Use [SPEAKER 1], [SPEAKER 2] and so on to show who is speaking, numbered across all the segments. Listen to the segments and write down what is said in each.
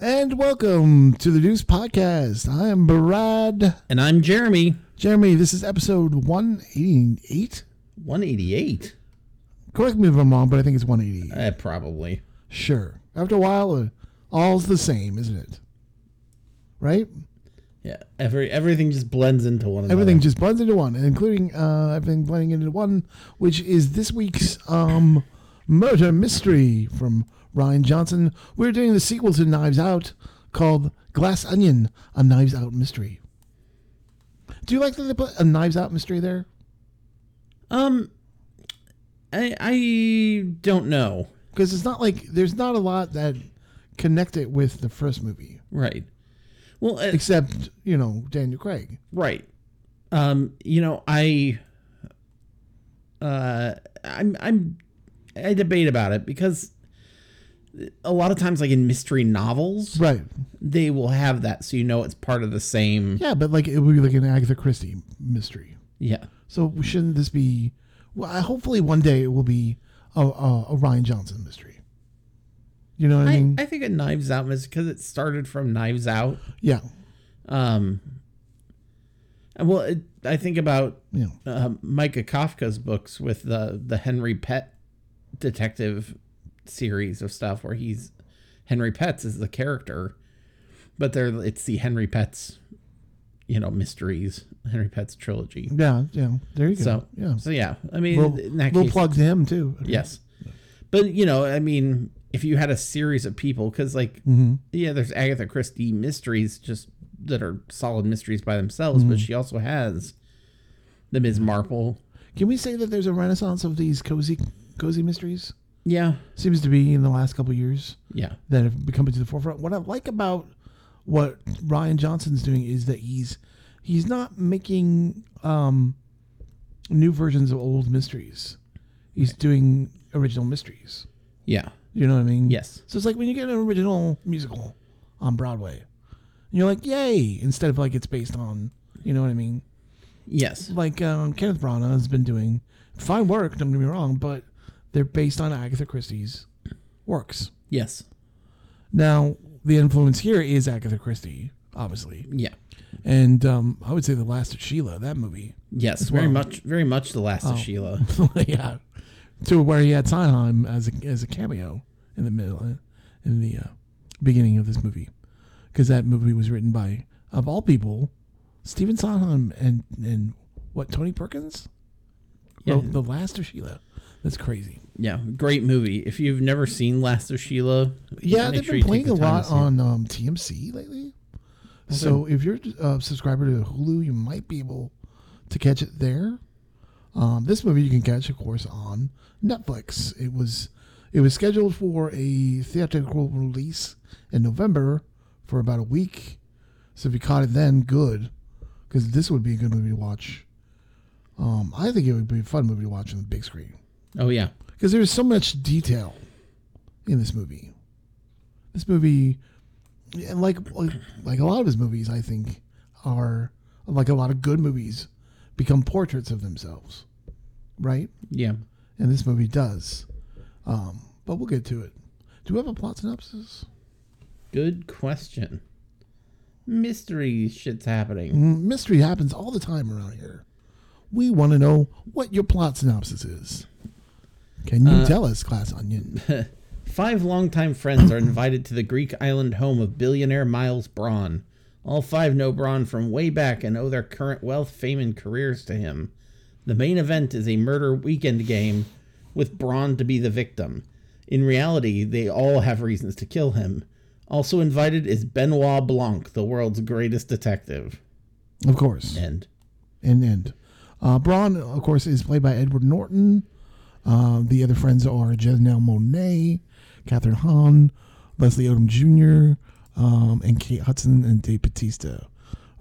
[SPEAKER 1] And welcome to the Deuce Podcast. I am Barad.
[SPEAKER 2] And I'm Jeremy.
[SPEAKER 1] Jeremy, this is episode 188.
[SPEAKER 2] 188.
[SPEAKER 1] Correct me if I'm wrong, but I think it's 188.
[SPEAKER 2] Eh, probably.
[SPEAKER 1] Sure. After a while, uh, all's the same, isn't it? Right?
[SPEAKER 2] Yeah. Every everything just blends into one another.
[SPEAKER 1] Everything just blends into one, including uh, everything blending into one, which is this week's um, murder mystery from Ryan Johnson. We're doing the sequel to Knives Out called Glass Onion: A Knives Out Mystery. Do you like that they put a Knives Out mystery there?
[SPEAKER 2] Um I I don't know.
[SPEAKER 1] Because it's not like there's not a lot that connect it with the first movie,
[SPEAKER 2] Right. Well, eh,
[SPEAKER 1] except you know Daniel Craig.
[SPEAKER 2] right. Um you know, I uh I'm I'm I debate about it because a lot of times like in mystery novels,
[SPEAKER 1] Right.
[SPEAKER 2] they will have that so you know it's part of the same
[SPEAKER 1] Yeah, but like it would be like an Agatha Christie mystery.
[SPEAKER 2] Yeah.
[SPEAKER 1] So shouldn't this be? Well, I- hopefully one day it will be a, a, a Ryan Johnson mystery. You know what I,
[SPEAKER 2] I,
[SPEAKER 1] mean?
[SPEAKER 2] I think a Knives Out is because it started from Knives Out.
[SPEAKER 1] yeah,
[SPEAKER 2] Um, and well, it, I think about
[SPEAKER 1] you know,
[SPEAKER 2] uh, Micah Kafka's books with the the Henry Pett detective series of stuff where he's Henry Pett's is the character, but they're it's the Henry Pett's, you know, mysteries Henry Pett's trilogy.
[SPEAKER 1] yeah, yeah. There you go.
[SPEAKER 2] So
[SPEAKER 1] yeah,
[SPEAKER 2] so yeah, I mean,
[SPEAKER 1] we'll,
[SPEAKER 2] in that
[SPEAKER 1] we'll
[SPEAKER 2] case,
[SPEAKER 1] plug him too.
[SPEAKER 2] yes, but you know, I mean, if you had a series of people, because like
[SPEAKER 1] hmm
[SPEAKER 2] yeah, there's Agatha Christie mysteries just that are solid mysteries by themselves,
[SPEAKER 1] Mm-hmm.
[SPEAKER 2] but she also has the Ms. Marple.
[SPEAKER 1] Can we say that there's a renaissance of these cozy, cozy mysteries?
[SPEAKER 2] Yeah,
[SPEAKER 1] Seems to be in the last couple years
[SPEAKER 2] yeah,
[SPEAKER 1] that have become to the forefront. What I like about what Ryan Johnson's doing is that he's he's not making um, new versions of old mysteries. He's doing original mysteries.
[SPEAKER 2] yeah,
[SPEAKER 1] You know what I mean?
[SPEAKER 2] yes,
[SPEAKER 1] So it's like when you get an original musical on Broadway, and you're like, yay, instead of like it's based on, you know what I mean?
[SPEAKER 2] yes,
[SPEAKER 1] Like um, Kenneth Branagh has been doing fine work, don't get me wrong, but they're based on Agatha Christie's works.
[SPEAKER 2] yes,
[SPEAKER 1] Now, the influence here is Agatha Christie, obviously.
[SPEAKER 2] yeah,
[SPEAKER 1] And um, I would say The Last of Sheila, that movie.
[SPEAKER 2] yes, very much, very much the
[SPEAKER 1] Oh.
[SPEAKER 2] last of Sheila.
[SPEAKER 1] yeah. To where he had Sondheim um, as a, as a cameo in the middle, in the uh, beginning of this movie. Because that movie was written by, of all people, Stephen Sondheim and, and what, Tony Perkins?
[SPEAKER 2] Yeah.
[SPEAKER 1] Wrote The Last of Sheila. That's crazy.
[SPEAKER 2] Yeah, great movie. If you've never seen Last of Sheila,
[SPEAKER 1] Yeah,
[SPEAKER 2] make
[SPEAKER 1] they've
[SPEAKER 2] sure
[SPEAKER 1] been
[SPEAKER 2] you take
[SPEAKER 1] playing
[SPEAKER 2] the
[SPEAKER 1] a
[SPEAKER 2] time to
[SPEAKER 1] lot
[SPEAKER 2] see it.
[SPEAKER 1] on um, TMC lately. So if you're a subscriber to Hulu, you might be able to catch it there. Um, this movie you can catch, of course, on Netflix. It was it was scheduled for a theatrical release in November for about a week. So if you caught it then, good, because this would be a good movie to watch. Um, I think it would be a fun movie to watch on the big screen
[SPEAKER 2] Oh yeah,
[SPEAKER 1] because there's so much detail in this movie. This movie, and like like like a lot of his movies, I think are like a lot of good movies become portraits of themselves, right?
[SPEAKER 2] yeah.
[SPEAKER 1] And this movie does. Um, but we'll get to it. Do we have a plot synopsis?
[SPEAKER 2] Good question. Mystery shit's happening.
[SPEAKER 1] Mm, Mystery happens all the time around here. We want to know what your plot synopsis is. Can you tell us, Class Onion?
[SPEAKER 2] Five longtime friends are invited to the Greek island home of billionaire Miles Braun. All five know Braun from way back and owe their current wealth, fame, and careers to him. The main event is a murder weekend game with Braun to be the victim. In reality, they all have reasons to kill him. Also invited is Benoit Blanc, the world's greatest detective.
[SPEAKER 1] Of course.
[SPEAKER 2] And
[SPEAKER 1] and end. Uh, Braun, of course, is played by Edward Norton. Uh, the other friends are Janelle Monet, Catherine Hahn, Leslie Odom Jr., um, and Kate Hudson and Dave Batista.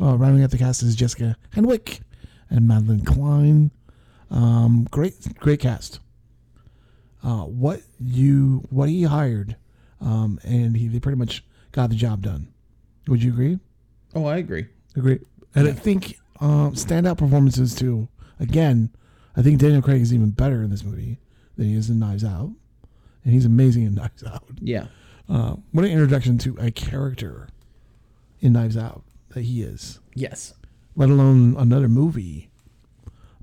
[SPEAKER 1] Uh, rounding out the cast is Jessica Henwick and Madeline Klein. Um, great, great cast. Uh, what you, what he hired, um, and he they pretty much got the job done. Would you agree?
[SPEAKER 2] oh, I agree.
[SPEAKER 1] Agree. And I think um, standout performances too. Again, I think Daniel Craig is even better in this movie than he is in Knives Out, and he's amazing in Knives Out.
[SPEAKER 2] Yeah,
[SPEAKER 1] Uh, what an introduction to a character in Knives Out that he is,
[SPEAKER 2] Yes.
[SPEAKER 1] let alone another movie.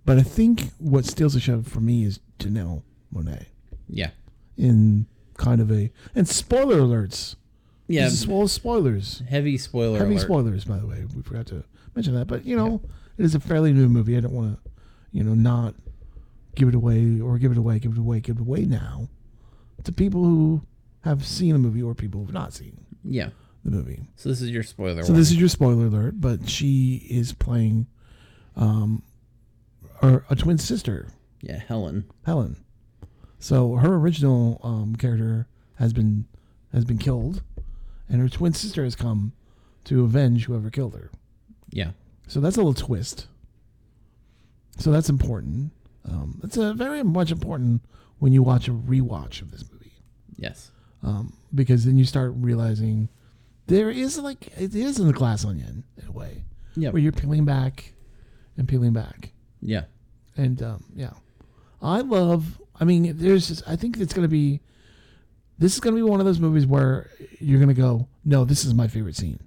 [SPEAKER 1] But I think what steals the show for me is Janelle Monet
[SPEAKER 2] Yeah.
[SPEAKER 1] in kind of a and spoiler alerts.
[SPEAKER 2] Yeah.
[SPEAKER 1] This is full of spoilers.
[SPEAKER 2] Heavy spoiler
[SPEAKER 1] Heavy
[SPEAKER 2] alert.
[SPEAKER 1] spoilers, by the way. We forgot to mention that. But you know, it is a fairly new movie. I don't want to, you know, not give it away or give it away, give it away, give it away now to people who have seen the movie or people who have not seen
[SPEAKER 2] yeah.
[SPEAKER 1] the movie.
[SPEAKER 2] So this is your spoiler.
[SPEAKER 1] So this is your spoiler alert. But she is playing, um, her, a twin sister,
[SPEAKER 2] yeah, Helen.
[SPEAKER 1] Helen. So her original um, character has been has been killed, and her twin sister has come to avenge whoever killed her.
[SPEAKER 2] Yeah.
[SPEAKER 1] So that's a little twist. So that's important. Um, it's a very much important when you watch a rewatch of this movie
[SPEAKER 2] Yes.
[SPEAKER 1] um, because then you start realizing there is like it is in the glass onion in a way
[SPEAKER 2] Yeah.
[SPEAKER 1] where you're peeling back and peeling back
[SPEAKER 2] Yeah.
[SPEAKER 1] and um, yeah, I love. I mean, there's. Just, I think it's gonna be. This is gonna be one of those movies where you're gonna go, no, this is my favorite scene.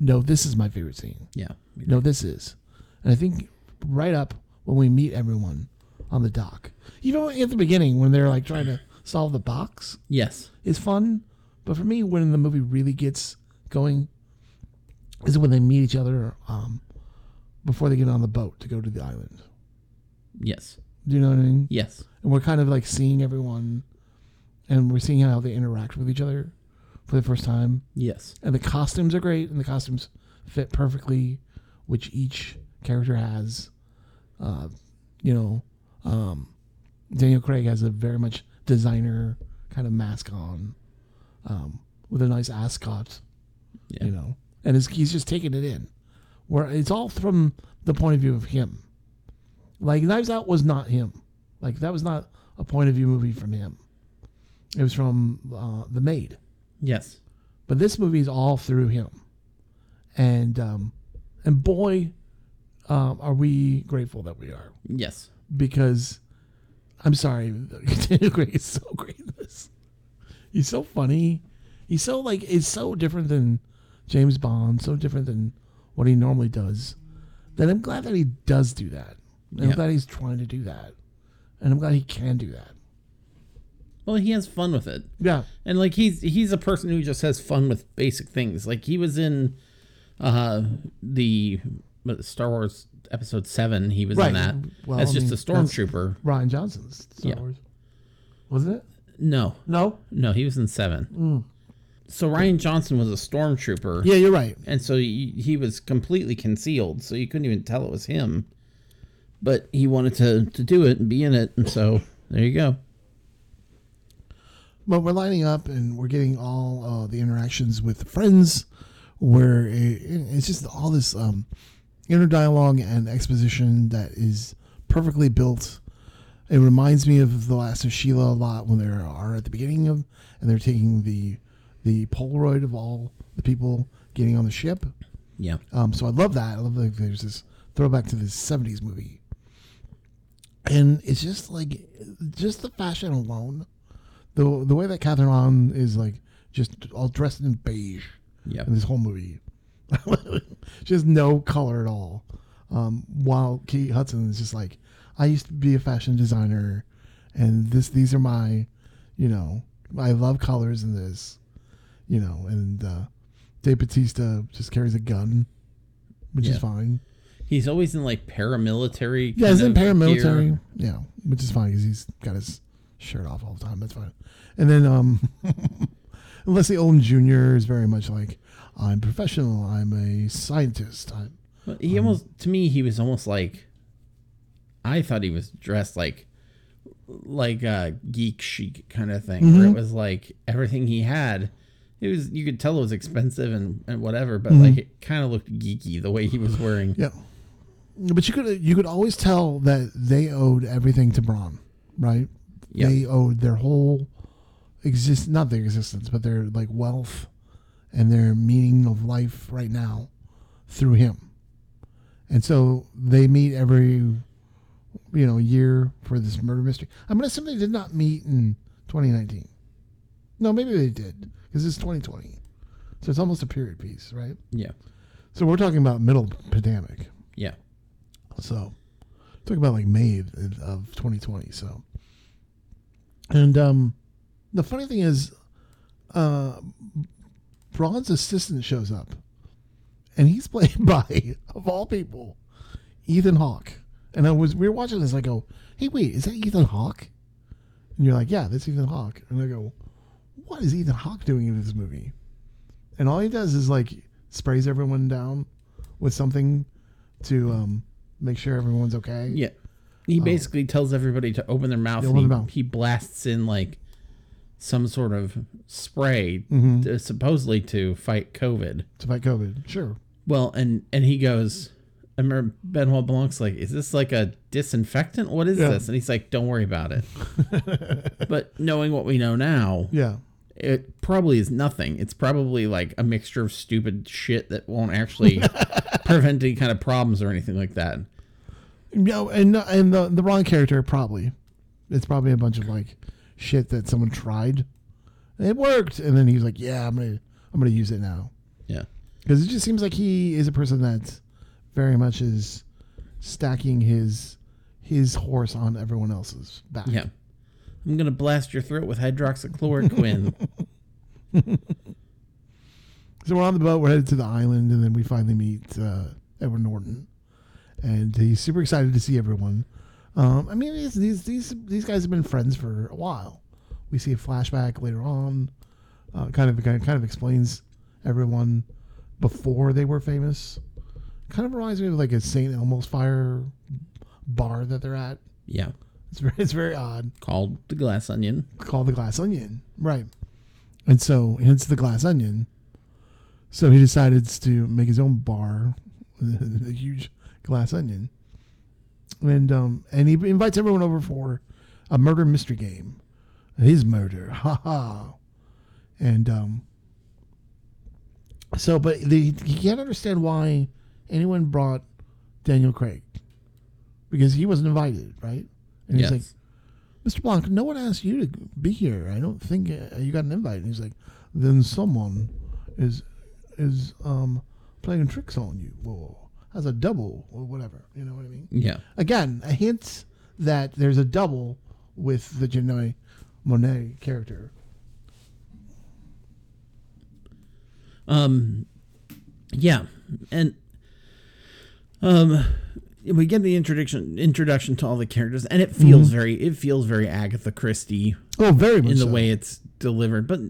[SPEAKER 1] No, this is my favorite scene.
[SPEAKER 2] Yeah.
[SPEAKER 1] No, this is. And I think right up when we meet everyone on the dock, you know, at the beginning when they're like trying to solve the box
[SPEAKER 2] Yes.
[SPEAKER 1] is fun. But for me, when the movie really gets going is when they meet each other um, before they get on the boat to go to the island.
[SPEAKER 2] Yes.
[SPEAKER 1] Do you know what I mean?
[SPEAKER 2] Yes.
[SPEAKER 1] And we're kind of like seeing everyone and we're seeing how they interact with each other for the first time
[SPEAKER 2] Yes.
[SPEAKER 1] and the costumes are great and the costumes fit perfectly which each character has uh, you know um, daniel craig has a very much designer kind of mask on um, with a nice ascot
[SPEAKER 2] Yeah.
[SPEAKER 1] you know and his, he's just taking it in where it's all from the point of view of him like knives out was not him like that was not a point of view movie from him it was from uh, the maid
[SPEAKER 2] Yes.
[SPEAKER 1] but this movie is all through him and um and boy um are we grateful that we are
[SPEAKER 2] Yes.
[SPEAKER 1] because i'm sorry Daniel Craig is so great in this he's so funny he's so like it's so different than james bond so different than what he normally does that i'm glad that he does do that and i'm
[SPEAKER 2] Yeah.
[SPEAKER 1] glad he's trying to do that and i'm glad he can do that
[SPEAKER 2] Well, he has fun with it.
[SPEAKER 1] yeah
[SPEAKER 2] and like he's he's a person who just has fun with basic things like he was in uh the what, star wars episode 7 he was
[SPEAKER 1] Right.
[SPEAKER 2] in that
[SPEAKER 1] Well,
[SPEAKER 2] that's
[SPEAKER 1] I
[SPEAKER 2] just
[SPEAKER 1] mean, Mm.
[SPEAKER 2] a stormtrooper
[SPEAKER 1] ryan johnson's star
[SPEAKER 2] Yeah.
[SPEAKER 1] wars wasn't it
[SPEAKER 2] no
[SPEAKER 1] no
[SPEAKER 2] no he was in 7 so ryan johnson was a stormtrooper
[SPEAKER 1] Mm. yeah you're right
[SPEAKER 2] and so he, he was completely concealed so you couldn't even tell it was him but he wanted to to do it and be in it and so there you go
[SPEAKER 1] But we're lining up and we're getting all uh, the interactions with the friends, where it, it's just all this um, inner dialogue and exposition that is perfectly built. It reminds me of The Last of Sheila a lot when they are at the beginning of, and they're taking the the Polaroid of all the people getting on the ship.
[SPEAKER 2] yeah
[SPEAKER 1] Um, so I love that. I love that there's this throwback to the '70s movie, and it's just like just the fashion alone, the the way that Catherine Hahn is like just all dressed in beige
[SPEAKER 2] yeah
[SPEAKER 1] in this whole movie, she has no color at all. Um, while Kate Hudson is just like, I used to be a fashion designer, and this these are my, you know, I love colors in this, you know, and uh, Dave Batista just carries a gun, which is
[SPEAKER 2] Yeah.
[SPEAKER 1] fine.
[SPEAKER 2] he's always in like paramilitary
[SPEAKER 1] Yeah,
[SPEAKER 2] kind
[SPEAKER 1] he's in
[SPEAKER 2] of gear.
[SPEAKER 1] paramilitary. Yeah, which is fine because he's got his shirt off all the time. That's fine. And then, um, Leslie Olin Jr. is very much like, I'm professional. I'm a scientist. I'm,
[SPEAKER 2] Well, He almost, to me, he was almost like, I thought he was dressed like, like a geek chic kind of thing,
[SPEAKER 1] Mm-hmm.
[SPEAKER 2] where it was like everything he had. It was you could tell it was expensive and, and whatever,
[SPEAKER 1] Mm-hmm.
[SPEAKER 2] but like it kind of looked geeky the way he was wearing.
[SPEAKER 1] yeah. But you could you could always tell that they owed everything to Braun, right?
[SPEAKER 2] Yeah.
[SPEAKER 1] They owed their whole exist not their existence, but their like wealth and their meaning of life right now through him. And so they meet every you know year for this murder mystery. I'm gonna assume they did not meet in 2019. No, maybe they did because because it's 2020, so it's almost a period piece, right?
[SPEAKER 2] Yeah.
[SPEAKER 1] So we're talking about middle pandemic.
[SPEAKER 2] Yeah.
[SPEAKER 1] So talk about like May of, of 2020. So, and um, the funny thing is, uh, Braun's assistant shows up, and he's played by of all people, Ethan Hawke. And I was we were watching this. I go, hey, wait, is that Ethan Hawke? And you're like, yeah, that's Ethan Hawke. And I go, what is Ethan Hawke doing in this movie? And all he does is like sprays everyone down with something to um, make sure everyone's okay.
[SPEAKER 2] Yeah. He basically tells everybody to open their mouth.
[SPEAKER 1] Yeah, Oh.
[SPEAKER 2] and
[SPEAKER 1] open
[SPEAKER 2] he,
[SPEAKER 1] their mouth.
[SPEAKER 2] he blasts in like some sort of spray,
[SPEAKER 1] Mm-hmm.
[SPEAKER 2] to, supposedly to fight COVID.
[SPEAKER 1] To fight COVID. Sure.
[SPEAKER 2] Well, and and he goes, I remember Benoit Blanc's like, is this like a disinfectant? What is
[SPEAKER 1] Yeah.
[SPEAKER 2] this? And he's like, don't worry about it. but knowing what we know now,
[SPEAKER 1] Yeah.
[SPEAKER 2] it probably is nothing. It's probably like a mixture of stupid shit that won't actually prevent any kind of problems or anything like that.
[SPEAKER 1] No, and and the the wrong character probably. It's probably a bunch of like shit that someone tried. And it worked, and then he's like, "Yeah, I'm gonna I'm gonna use it now,"
[SPEAKER 2] Yeah.
[SPEAKER 1] because it just seems like he is a person that very much is stacking his his horse on everyone else's back.
[SPEAKER 2] Yeah. I'm going to blast your throat with hydroxychloroquine.
[SPEAKER 1] So we're on the boat. We're headed to the island, and then we finally meet uh, Edward Norton, and he's super excited to see everyone. Um, I mean, these, these these these guys have been friends for a while. We see a flashback later on, uh, kind of kind of, kind of explains everyone before they were famous. Kind of reminds me of like a St. Elmo's Fire bar that they're at.
[SPEAKER 2] yeah.
[SPEAKER 1] It's very, it's very odd
[SPEAKER 2] Called the glass onion.
[SPEAKER 1] called the glass onion. Right. And so, hence the glass onion. So he decided to make his own bar, a huge glass onion. And um, and he invites everyone over for a murder mystery game. His murder. Ha ha. And um, so, but the, he can't understand why anyone brought Daniel Craig because he wasn't invited, right? And he's like,
[SPEAKER 2] Yes.
[SPEAKER 1] Mr. Blanc, no one asked you to be here. I don't think uh, you got an invite. And he's like, then someone is is um playing tricks on you, or has a double, or whatever. You know what I mean?
[SPEAKER 2] Yeah.
[SPEAKER 1] Again, a hint that there's a double with the Janelle Monet character.
[SPEAKER 2] Um, yeah, and um, we get the introduction introduction to all the characters, and it feels very it feels very Agatha Christie
[SPEAKER 1] Oh, very much
[SPEAKER 2] in the
[SPEAKER 1] so.
[SPEAKER 2] way it's delivered. But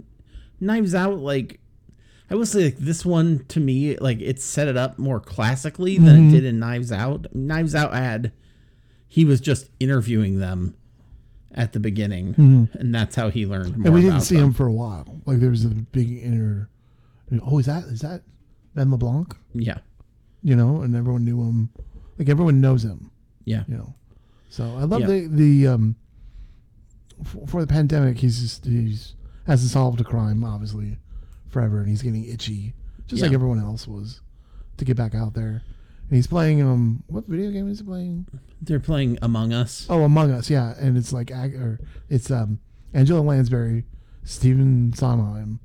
[SPEAKER 2] Knives Out, like I will say, like this one to me, like it set it up more classically
[SPEAKER 1] Mm-hmm.
[SPEAKER 2] than it did in Knives Out. Knives Out had he was just interviewing them at the beginning, and that's how he learned more.
[SPEAKER 1] Mm-hmm. And we didn't
[SPEAKER 2] about
[SPEAKER 1] see
[SPEAKER 2] them.
[SPEAKER 1] him for a while. Like there was a big inner. Oh, is that is that Ben LeBlanc?
[SPEAKER 2] Yeah,
[SPEAKER 1] You know, and everyone knew him. Like everyone knows him.
[SPEAKER 2] yeah,
[SPEAKER 1] you know. So I love
[SPEAKER 2] Yeah.
[SPEAKER 1] the the um for, for the pandemic. He's just he's hasn't solved a crime obviously forever, and he's getting itchy, just like
[SPEAKER 2] Yeah.
[SPEAKER 1] everyone else was, to get back out there. And he's playing um what video game is he playing?
[SPEAKER 2] they're playing Among Us.
[SPEAKER 1] Oh, Among Us, yeah. And it's like ag- or it's um Angela Lansbury, Stephen Sondheim,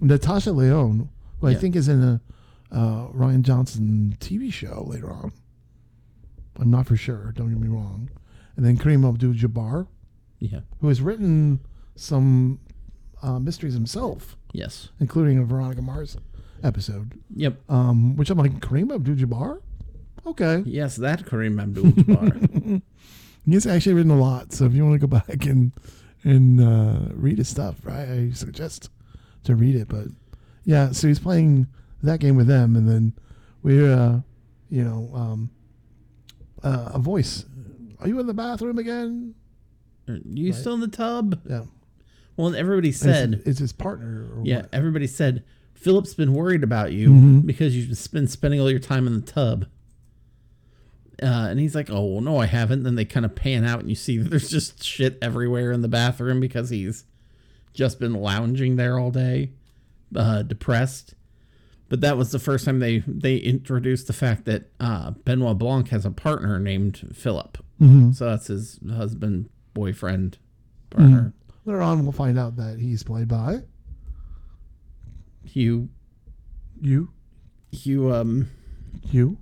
[SPEAKER 1] Natasha Leone, who I
[SPEAKER 2] Yeah.
[SPEAKER 1] think is in a uh, Ryan Johnson TV show later on. I'm not for sure. Don't get me wrong. And then Kareem Abdul-Jabbar,
[SPEAKER 2] Yeah.
[SPEAKER 1] who has written some uh, mysteries himself,
[SPEAKER 2] Yes.
[SPEAKER 1] including a Veronica Mars episode.
[SPEAKER 2] Yep.
[SPEAKER 1] Um, which I'm like Kareem Abdul-Jabbar. Okay.
[SPEAKER 2] Yes, that Kareem Abdul-Jabbar.
[SPEAKER 1] He's actually written a lot, so if you want to go back and and uh, read his stuff, right? I suggest to read it. But yeah, so he's playing that game with them, and then we're uh, you know um, uh, a voice. Are you in the bathroom again?
[SPEAKER 2] you still in the tub?
[SPEAKER 1] Yeah,
[SPEAKER 2] Well, everybody
[SPEAKER 1] It's-
[SPEAKER 2] said,
[SPEAKER 1] it's, his partner. Or
[SPEAKER 2] yeah,
[SPEAKER 1] what?
[SPEAKER 2] everybody said, Philip's been worried about you because you've just been spending all your time in the tub. Uh, and he's like, oh, well, no, I haven't. Then they kind of pan out and you see that there's just shit everywhere in the bathroom because he's just been lounging there all day, uh, depressed. But that was the first time they, they introduced the fact that uh, Benoit Blanc has a partner named Philip. So that's his husband, boyfriend, partner.
[SPEAKER 1] Later on, we'll find out that he's played by
[SPEAKER 2] You
[SPEAKER 1] You,
[SPEAKER 2] you um
[SPEAKER 1] you,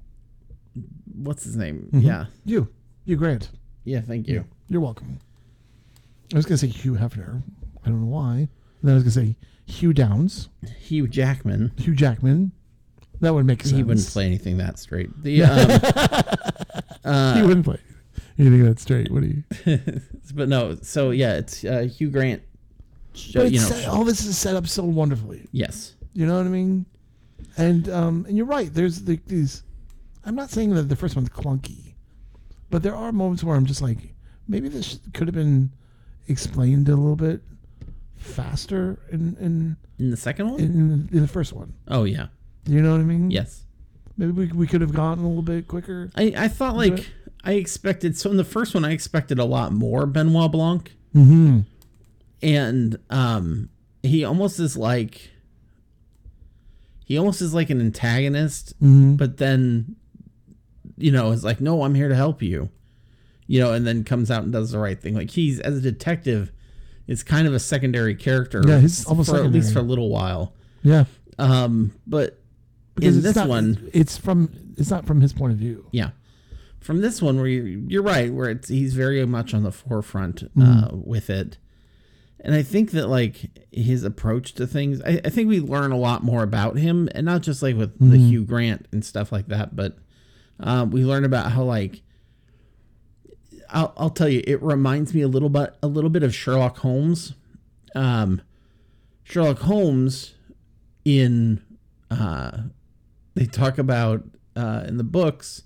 [SPEAKER 2] what's his name?
[SPEAKER 1] Mm-hmm.
[SPEAKER 2] Yeah.
[SPEAKER 1] you, you, Grant.
[SPEAKER 2] Yeah, thank you.
[SPEAKER 1] You're welcome. I was gonna say Hugh Hefner. I don't know why. And then I was gonna say Hugh Downs,
[SPEAKER 2] Hugh Jackman.
[SPEAKER 1] Hugh Jackman. That would make sense.
[SPEAKER 2] He wouldn't play anything that straight. The um,
[SPEAKER 1] he wouldn't play. You think that's straight? What do you?
[SPEAKER 2] but no, so yeah, it's uh, Hugh Grant. uh,
[SPEAKER 1] But
[SPEAKER 2] you
[SPEAKER 1] it's
[SPEAKER 2] know,
[SPEAKER 1] set- all this is set up so wonderfully.
[SPEAKER 2] yes.
[SPEAKER 1] You know what I mean? And um, and you're right. There's the, these. I'm not saying that the first one's clunky, but there are moments where I'm just like, maybe this could have been explained a little bit faster in in
[SPEAKER 2] In the second one?
[SPEAKER 1] in, in, the, in the first one.
[SPEAKER 2] oh yeah.
[SPEAKER 1] You know what I mean?
[SPEAKER 2] Yes.
[SPEAKER 1] Maybe we, we could have gotten a little bit quicker.
[SPEAKER 2] I, I thought like I expected so in the first one I expected a lot more Benoit Blanc.
[SPEAKER 1] Mm-hmm.
[SPEAKER 2] and um he almost is like he almost is like an antagonist
[SPEAKER 1] Mhm.
[SPEAKER 2] but then you know is like no i'm here to help you you know and then comes out and does the right thing like he's as a detective is kind of a secondary character
[SPEAKER 1] Yeah, he's almost
[SPEAKER 2] for at least
[SPEAKER 1] secondary.
[SPEAKER 2] for a little while
[SPEAKER 1] Yeah.
[SPEAKER 2] um but in this
[SPEAKER 1] not,
[SPEAKER 2] one
[SPEAKER 1] it's from it's not from his point of view.
[SPEAKER 2] yeah from this one where you, you're right where it's he's very much on the forefront uh, with it and i think that like his approach to things I, I think we learn a lot more about him and not just like with the hugh grant and stuff like that but um, we learn about how like I'll, I'll tell you it reminds me a little bit a little bit of sherlock holmes um, sherlock holmes in uh, they talk about uh, in the books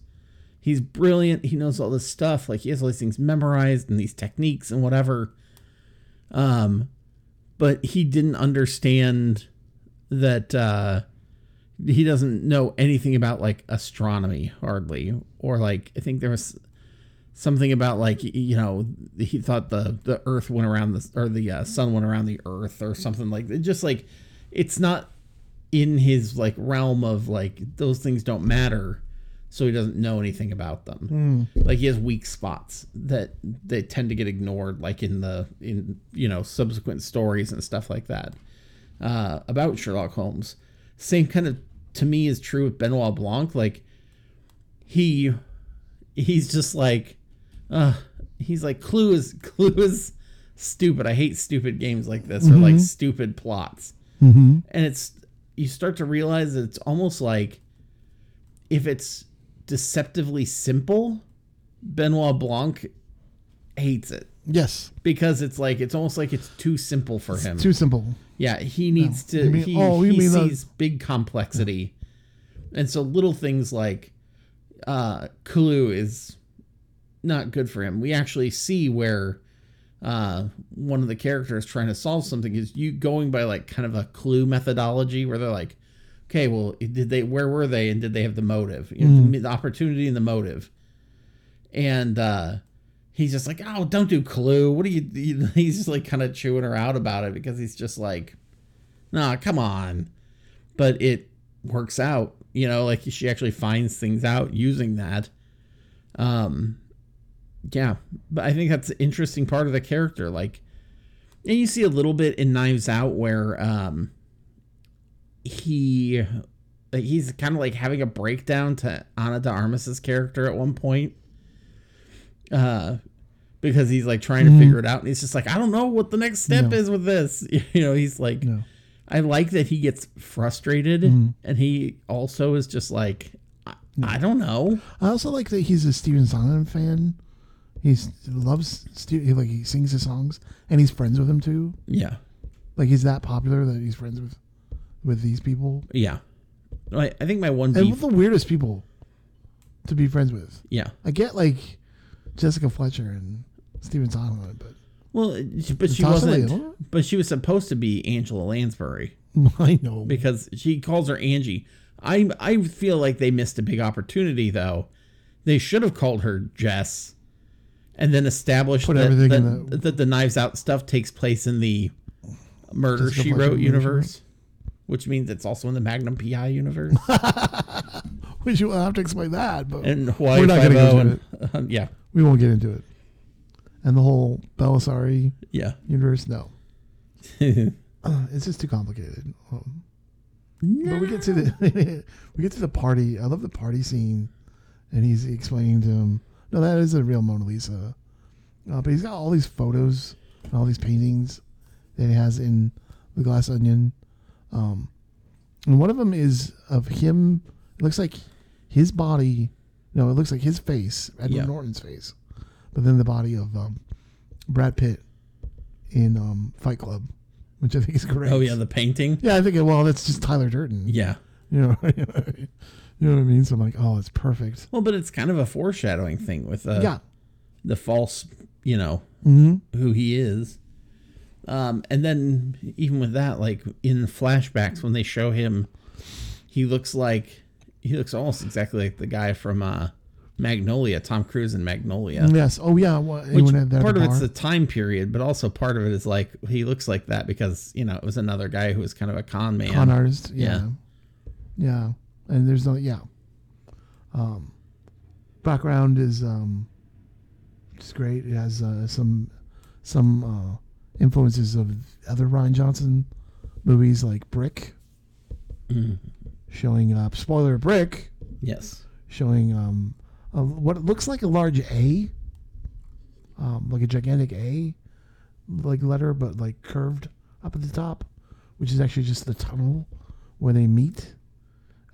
[SPEAKER 2] he's brilliant he knows all this stuff like he has all these things memorized and these techniques and whatever um but he didn't understand that uh he doesn't know anything about like astronomy hardly or like i think there was something about like y- you know he thought the the earth went around the or the uh, sun went around the earth or something like that just like it's not in his like realm of like those things don't matter so he doesn't know anything about them like he has weak spots that they tend to get ignored like in the in you know subsequent stories and stuff like that uh, about sherlock holmes same kind of to me is true with benoit blanc like he he's just like uh he's like clue is clue is stupid i hate stupid games like this or like stupid plots
[SPEAKER 1] Mm-hmm.
[SPEAKER 2] and it's you start to realize that it's almost like if it's deceptively simple benoit blanc hates it
[SPEAKER 1] Yes.
[SPEAKER 2] because it's like it's almost like it's too simple for him
[SPEAKER 1] Too simple.
[SPEAKER 2] yeah, he needs to.
[SPEAKER 1] you mean-
[SPEAKER 2] he
[SPEAKER 1] oh, you
[SPEAKER 2] he
[SPEAKER 1] mean the-
[SPEAKER 2] sees big complexity, and so little things like uh, Clue is not good for him. We actually see where uh, one of the characters trying to solve something is you going by like kind of a Clue methodology where they're like, okay, well, did they? Where were they? And did they have the motive? You know, the opportunity and the motive and uh he's just like oh don't do clue what are you you- he's just like kind of chewing her out about it because he's just like nah come on but it works out you know like she actually finds things out using that um yeah but i think that's an interesting part of the character like and you see a little bit in knives out where um he like he's kind of like having a breakdown to Anna de Armas's character at one point uh because he's like trying to figure it out and he's just like i don't know what the next step
[SPEAKER 1] Mm-hmm. No.
[SPEAKER 2] is with this you know he's like
[SPEAKER 1] No. Mm-hmm.
[SPEAKER 2] i like that he gets frustrated and he also is just like i, I don't know
[SPEAKER 1] I also like that he's a Steven Sondheim fan. He's, he loves Ste he, like he sings his songs, and he's friends with him too.
[SPEAKER 2] yeah
[SPEAKER 1] Like he's that popular that he's friends with with these people,
[SPEAKER 2] yeah i, I think my one
[SPEAKER 1] and
[SPEAKER 2] beef
[SPEAKER 1] one of the weirdest people to be friends with.
[SPEAKER 2] yeah
[SPEAKER 1] I get like Jessica Fletcher and Steven Sondheim, but
[SPEAKER 2] well but she
[SPEAKER 1] Natasha Leone?
[SPEAKER 2] wasn't but she was supposed to be angela lansbury
[SPEAKER 1] I know
[SPEAKER 2] because she calls her Angie. I I feel like they missed a big opportunity though. They should have called her Jess, and then established
[SPEAKER 1] Put
[SPEAKER 2] that,
[SPEAKER 1] everything
[SPEAKER 2] that,
[SPEAKER 1] in the-
[SPEAKER 2] that the Knives Out stuff takes place in the Murder
[SPEAKER 1] Jessica
[SPEAKER 2] She
[SPEAKER 1] Fletcher
[SPEAKER 2] Wrote
[SPEAKER 1] Murder, She
[SPEAKER 2] universe, which means it's also in the Magnum PI universe
[SPEAKER 1] which you will have to explain that, but
[SPEAKER 2] and Hawaii
[SPEAKER 1] We're not
[SPEAKER 2] Five
[SPEAKER 1] gonna go
[SPEAKER 2] O.
[SPEAKER 1] into
[SPEAKER 2] And um, yeah,
[SPEAKER 1] we won't get into it. And the whole Belisari
[SPEAKER 2] yeah,
[SPEAKER 1] universe, no, Uh, it's just too complicated. Um, But we get to the we get to the party. I love the party scene, and he's explaining to him, "No, that is a real Mona Lisa." Uh, but he's got all these photos and all these paintings that he has in the glass onion, um, and one of them is of him. It looks like his body. No, it looks like his face, Edward
[SPEAKER 2] Yeah.
[SPEAKER 1] Norton's face, but then the body of um, Brad Pitt in um, Fight Club, which I think is great.
[SPEAKER 2] Oh yeah, the painting.
[SPEAKER 1] Yeah, I think. Well, that's just Tyler Durden.
[SPEAKER 2] Yeah.
[SPEAKER 1] You know, you know what I mean? So I'm like, oh, it's perfect.
[SPEAKER 2] Well, but it's kind of a foreshadowing thing with uh,
[SPEAKER 1] yeah.
[SPEAKER 2] the false, you know,
[SPEAKER 1] hmm
[SPEAKER 2] who he is. Um, and then even with that, like in the flashbacks when they show him, he looks like he looks almost exactly like the guy from uh, Magnolia, Tom Cruise in Magnolia.
[SPEAKER 1] Yes. Oh, yeah. Well,
[SPEAKER 2] Which
[SPEAKER 1] anyone at that
[SPEAKER 2] part of
[SPEAKER 1] bar?
[SPEAKER 2] it's the time period, but also part of it is like he looks like that because you know it was another guy who was kind of a con man.
[SPEAKER 1] con artist. Yeah.
[SPEAKER 2] Yeah.
[SPEAKER 1] yeah. And there's no yeah. Um, background is um, it's great. It has uh, some some uh, influences of other Ryan Johnson movies like Brick,
[SPEAKER 2] Mm-hmm.
[SPEAKER 1] showing up. Spoiler: Brick
[SPEAKER 2] Yes,
[SPEAKER 1] showing um, a, what it looks like a large A, um, like a gigantic A, like letter, but like curved up at the top, which is actually just the tunnel where they meet.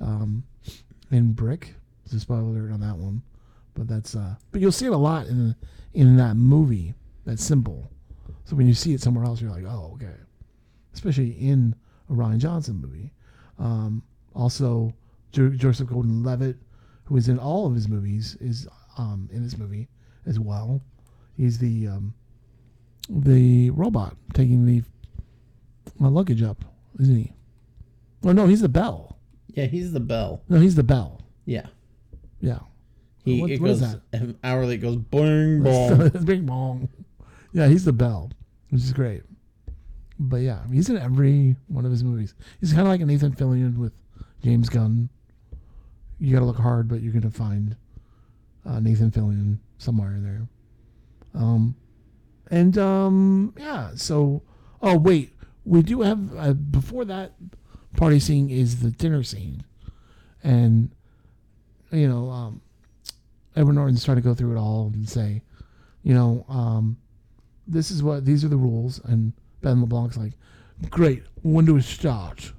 [SPEAKER 1] Um, in brick, it's a spoiler alert on that one, but that's uh, but you'll see it a lot in in that movie that symbol. So when you see it somewhere else, you're like, oh, okay. Especially in a Ryan Johnson movie. Um, also, jo- Joseph Gordon-Levitt, who is in all of his movies, is um, in this movie as well. He's the um, the robot taking the my luggage up, isn't he? Oh no, he's the bell.
[SPEAKER 2] yeah, he's the bell.
[SPEAKER 1] No, he's the bell.
[SPEAKER 2] Yeah,
[SPEAKER 1] Yeah,
[SPEAKER 2] he
[SPEAKER 1] What-
[SPEAKER 2] it
[SPEAKER 1] what is
[SPEAKER 2] goes hourly. It goes boing bong.
[SPEAKER 1] big bong. Yeah, he's the bell, which is great. But yeah, he's in every one of his movies. He's kind of like an Nathan Fillion with James Gunn. You got to look hard, but you're gonna find uh, Nathan Fillion somewhere in there. Um, and um, yeah. So, oh wait, we do have uh, before that party scene is the dinner scene, and you know, um, Edward Norton's trying to go through it all and say, you know, um, this is what these are the rules, and Ben LeBlanc's like, great, when do we start?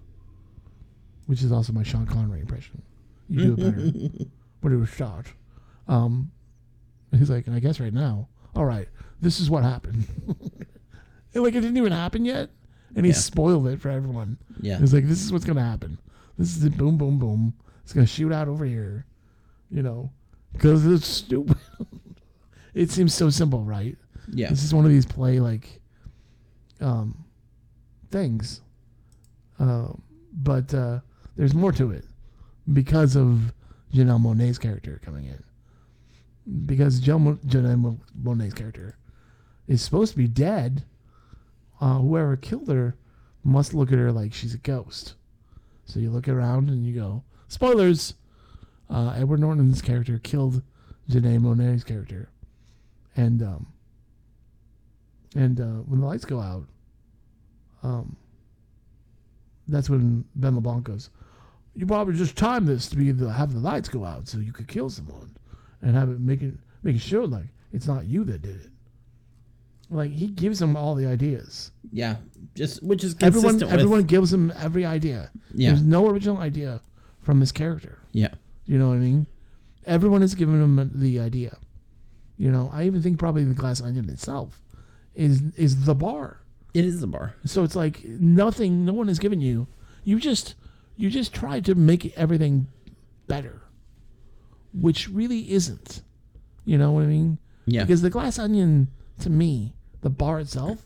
[SPEAKER 1] Which is also my Sean Connery impression. You do it better. when do we start? Um, and he's like, and I guess right now. All right, this is what happened. And, like it didn't even happen yet, and he
[SPEAKER 2] Yeah.
[SPEAKER 1] spoiled it for everyone.
[SPEAKER 2] Yeah.
[SPEAKER 1] It's like, this is what's gonna happen. This is the boom, boom, boom. It's gonna shoot out over here, you know, because it's stupid. it seems so simple, right?
[SPEAKER 2] Yeah,
[SPEAKER 1] This is one of these play like, um, things, uh, but uh, there's more to it because of Janelle Monet's character coming in. Because Jan- Janelle Mo- Monet's character is supposed to be dead. Uh, whoever killed her must look at her like she's a ghost. So you look around and you go, spoilers. Uh, Edward Norton's character killed Janae Monet's character, and um, and uh, when the lights go out, um, that's when Ben LeBlanc goes, "You probably just timed this to be the, have the lights go out so you could kill someone, and have it making making sure like it's not you that did it." Like he gives him all the ideas.
[SPEAKER 2] yeah, just which is consistent
[SPEAKER 1] Everyone
[SPEAKER 2] with
[SPEAKER 1] everyone gives him every idea.
[SPEAKER 2] Yeah.
[SPEAKER 1] There's no original idea from his character.
[SPEAKER 2] yeah,
[SPEAKER 1] You know what I mean? Everyone has given him the idea. You know, I even think probably the glass onion itself is is the bar.
[SPEAKER 2] it is the bar.
[SPEAKER 1] So it's like nothing, no one has given you. You just, you just try to make everything better, which really isn't. You know what I mean?
[SPEAKER 2] Yeah,
[SPEAKER 1] Because the glass onion, to me, the bar itself,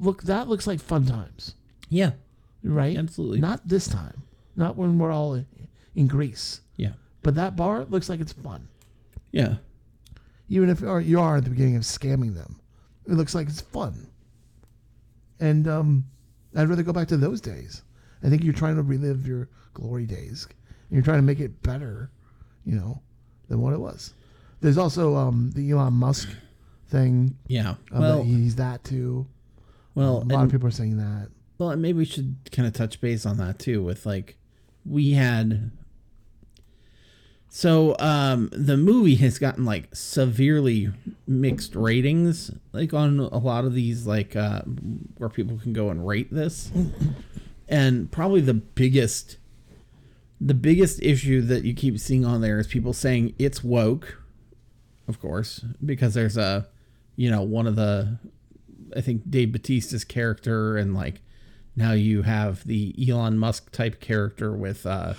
[SPEAKER 1] look that looks like fun times,
[SPEAKER 2] yeah,
[SPEAKER 1] right?
[SPEAKER 2] Absolutely.
[SPEAKER 1] Not this time. Not when we're all in, in Greece.
[SPEAKER 2] yeah,
[SPEAKER 1] But that bar looks like it's fun,
[SPEAKER 2] yeah,
[SPEAKER 1] even if or you are at the beginning of scamming them. It looks like it's fun. And um, I'd rather go back to those days. I think you're trying to relive your glory days. And you're trying to make it better, you know, than what it was. There's also um, the Elon Musk thing.
[SPEAKER 2] yeah.
[SPEAKER 1] Um,
[SPEAKER 2] Well,
[SPEAKER 1] that he's that too. a
[SPEAKER 2] well,
[SPEAKER 1] lot
[SPEAKER 2] and-
[SPEAKER 1] of people are saying that.
[SPEAKER 2] Well, and maybe we should kind of touch base on that too with like we had so um the movie has gotten like severely mixed ratings like on a lot of these like uh where people can go and rate this. and probably the biggest the biggest issue that you keep seeing on there is people saying it's woke, of course, because there's a you know, one of the I think Dave Batista's character and like now you have the Elon Musk type character with uh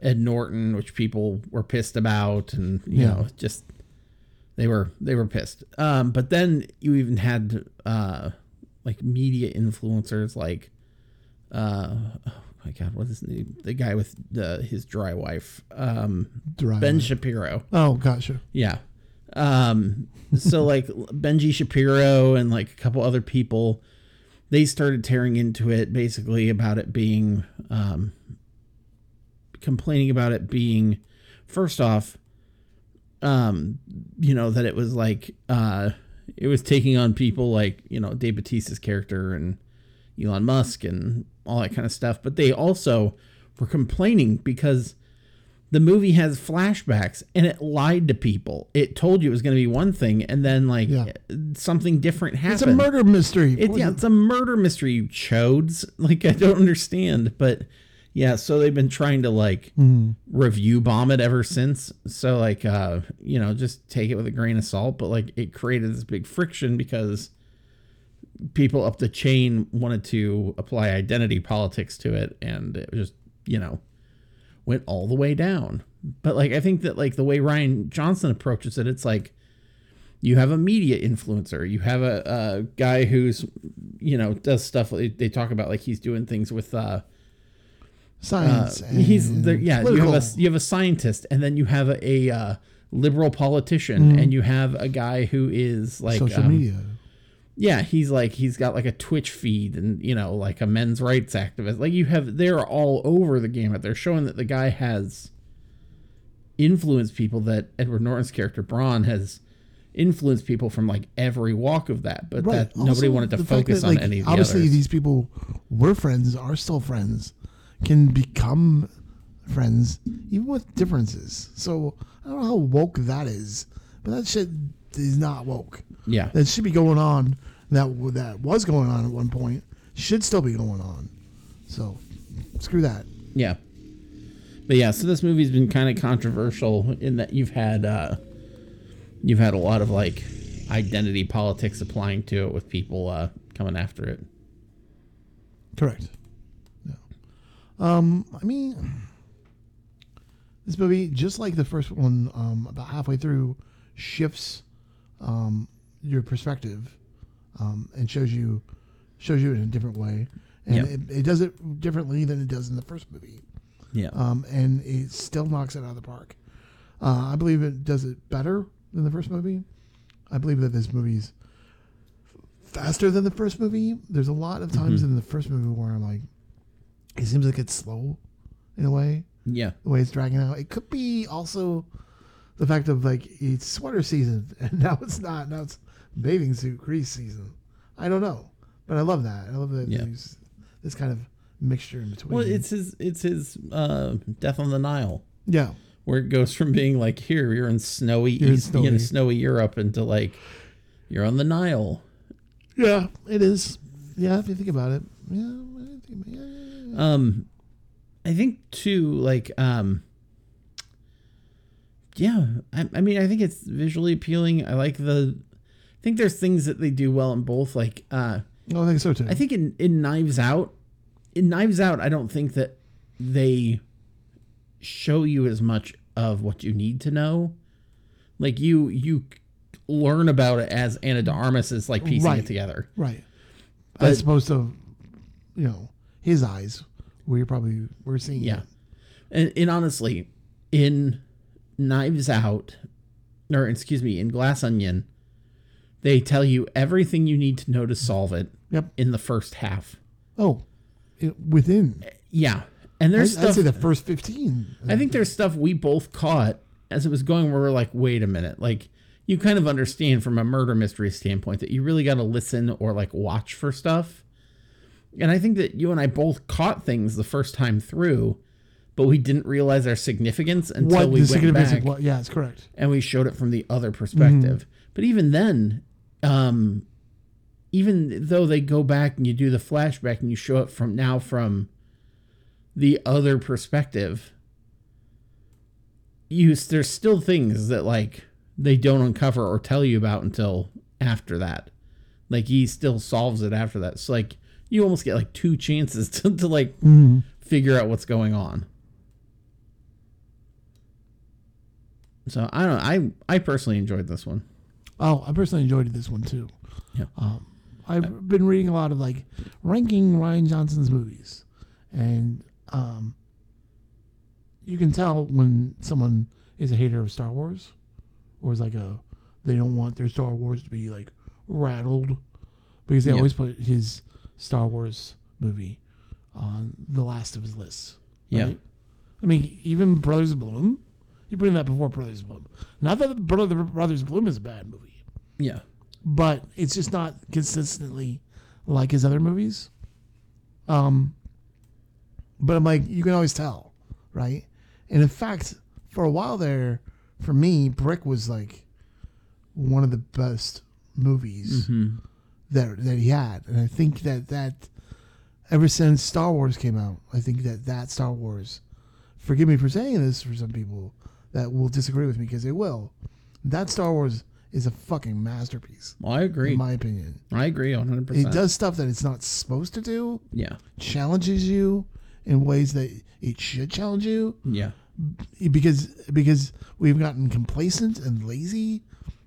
[SPEAKER 2] Ed Norton, which people were pissed about and you
[SPEAKER 1] Yeah.
[SPEAKER 2] know, just they were they were pissed. Um but then you even had uh like media influencers like uh oh my god, what is the name? the guy with the his dry wife? Um
[SPEAKER 1] Dry
[SPEAKER 2] Ben
[SPEAKER 1] eye.
[SPEAKER 2] Shapiro.
[SPEAKER 1] Oh, gotcha.
[SPEAKER 2] Yeah. Um, so like Benji Shapiro and like a couple other people, they started tearing into it basically about it being, um, complaining about it being, first off, um, you know, that it was like, uh, it was taking on people like, you know, Dave Batista's character and Elon Musk and all that kind of stuff. But they also were complaining because the movie has flashbacks and it lied to people. It told you it was going to be one thing and then like
[SPEAKER 1] Yeah.
[SPEAKER 2] something different happened.
[SPEAKER 1] It's a murder mystery.
[SPEAKER 2] It, yeah, it's a murder mystery, you chodes. Like I don't understand, but yeah, so they've been trying to like review bomb it ever since. So like uh, you know, just take it with a grain of salt, but like it created this big friction because people up the chain wanted to apply identity politics to it and it just, you know, went all the way down. But like I think that like the way Ryan Johnson approaches it, it's like you have a media influencer you have a, a guy who's you know does stuff they, they talk about like he's doing things with uh, uh
[SPEAKER 1] Science. and
[SPEAKER 2] he's the, yeah you have a
[SPEAKER 1] political.
[SPEAKER 2] you have a scientist and then you have a, a uh, liberal politician and you have a guy who is like
[SPEAKER 1] Mm. social
[SPEAKER 2] um,
[SPEAKER 1] media.
[SPEAKER 2] yeah he's like he's got like a twitch feed and you know like a men's rights activist like you have they're all over the gamut they're showing that the guy has influenced people that edward norton's character braun has influenced people from like every walk of that but that nobody
[SPEAKER 1] Also,
[SPEAKER 2] wanted to
[SPEAKER 1] the fact
[SPEAKER 2] focus
[SPEAKER 1] that,
[SPEAKER 2] on
[SPEAKER 1] like,
[SPEAKER 2] any of the
[SPEAKER 1] Obviously,
[SPEAKER 2] others.
[SPEAKER 1] these people were friends, are still friends, can become friends even with differences. So I don't know how woke that is, but that shit is not woke.
[SPEAKER 2] yeah
[SPEAKER 1] That should be going on. That w- that was going on at one point. Should still be going on. So screw that.
[SPEAKER 2] Yeah. But yeah, so this movie's been kind of controversial in that you've had uh you've had a lot of like identity politics applying to it with people uh coming after it.
[SPEAKER 1] Correct. Yeah. Um, I mean, this movie, just like the first one, um, about halfway through, shifts um, your perspective um, and shows you shows you it in a different way, and
[SPEAKER 2] Yeah.
[SPEAKER 1] it, it does it differently than it does in the first movie,
[SPEAKER 2] Yeah.
[SPEAKER 1] um, and it still knocks it out of the park. Uh, I believe it does it better than the first movie. I believe that this movie's faster than the first movie. There's a lot of times
[SPEAKER 2] Mm-hmm.
[SPEAKER 1] in the first movie where I'm like, it seems like it's slow in a way,
[SPEAKER 2] yeah.
[SPEAKER 1] the way it's dragging out. It could be also the fact of like it's sweater season and now it's not. Now it's bathing suit crease season. I don't know, but I love that. I love that
[SPEAKER 2] Yeah.
[SPEAKER 1] there's this kind of mixture in between.
[SPEAKER 2] Well, it's his it's his uh Death on the Nile
[SPEAKER 1] yeah,
[SPEAKER 2] where it goes from being like here you're in snowy
[SPEAKER 1] You're in
[SPEAKER 2] east, you know,
[SPEAKER 1] snowy.
[SPEAKER 2] snowy Europe into like you're on the Nile.
[SPEAKER 1] yeah, it is. Yeah, if you think about it, yeah, I didn't think about- yeah, yeah, yeah.
[SPEAKER 2] Um, I think too, like, um, yeah, I, I mean, I think it's visually appealing. I like the, I think there's things that they do well in both. Like, uh,
[SPEAKER 1] No, Oh, I think so too.
[SPEAKER 2] I think in, in Knives Out, in Knives Out, I don't think that they show you as much of what you need to know. Like you, you learn about it as Anna de Armas is like piecing
[SPEAKER 1] Right.
[SPEAKER 2] it together.
[SPEAKER 1] Right.
[SPEAKER 2] But-
[SPEAKER 1] As opposed to, you know, his eyes, we're probably we're seeing.
[SPEAKER 2] Yeah.
[SPEAKER 1] it.
[SPEAKER 2] And, and honestly, in Knives Out, or excuse me, in Glass Onion, they tell you everything you need to know to solve it
[SPEAKER 1] Yep.
[SPEAKER 2] in the first half.
[SPEAKER 1] Oh, it, within.
[SPEAKER 2] Yeah. And
[SPEAKER 1] I'd, I'd
[SPEAKER 2] there's stuff,
[SPEAKER 1] say the first fifteen.
[SPEAKER 2] I think there's stuff we both caught as it was going where we're like, wait a minute. Like, you kind of understand from a murder mystery standpoint that you really got to listen or like watch for stuff. And I think that you and I both caught things the first time through, but we didn't realize their significance until
[SPEAKER 1] what
[SPEAKER 2] we
[SPEAKER 1] the
[SPEAKER 2] went
[SPEAKER 1] significance
[SPEAKER 2] back
[SPEAKER 1] of what? Yeah, it's correct.
[SPEAKER 2] and we showed it from the other perspective. But even then, um, even though they go back and you do the flashback and you show it from now from the other perspective, you s- there's still things that like they don't uncover or tell you about until after that. Like he still solves it after that. So like you almost get like two chances to, to like figure out what's going on. So I don't. I I personally enjoyed this one.
[SPEAKER 1] Oh, I personally enjoyed this one too.
[SPEAKER 2] Yeah.
[SPEAKER 1] Um, I've been reading a lot of like ranking Ryan Johnson's movies, and um, you can tell when someone is a hater of Star Wars, or is like a they don't want their Star Wars to be like rattled, because they
[SPEAKER 2] Yeah.
[SPEAKER 1] always put his Star Wars movie on the last of his list.
[SPEAKER 2] Yeah.
[SPEAKER 1] I mean, even Brothers Bloom, you put in that before Brothers Bloom. Not that Brother Brothers Bloom is a bad movie
[SPEAKER 2] Yeah.
[SPEAKER 1] but it's just not consistently like his other movies. Um, but I'm like, you can always tell, right? And in fact, for a while there, for me, Brick was like one of the best movies that that he had, and I think that that ever since Star Wars came out, I think that that Star Wars, forgive me for saying this for some people that will disagree with me because they will, that Star Wars is a fucking masterpiece
[SPEAKER 2] Well, I agree.
[SPEAKER 1] in my opinion.
[SPEAKER 2] I agree 100.
[SPEAKER 1] It
[SPEAKER 2] percent
[SPEAKER 1] does stuff that it's not supposed to do,
[SPEAKER 2] Yeah.
[SPEAKER 1] challenges you in ways that it should challenge you
[SPEAKER 2] Yeah.
[SPEAKER 1] because because we've gotten complacent and lazy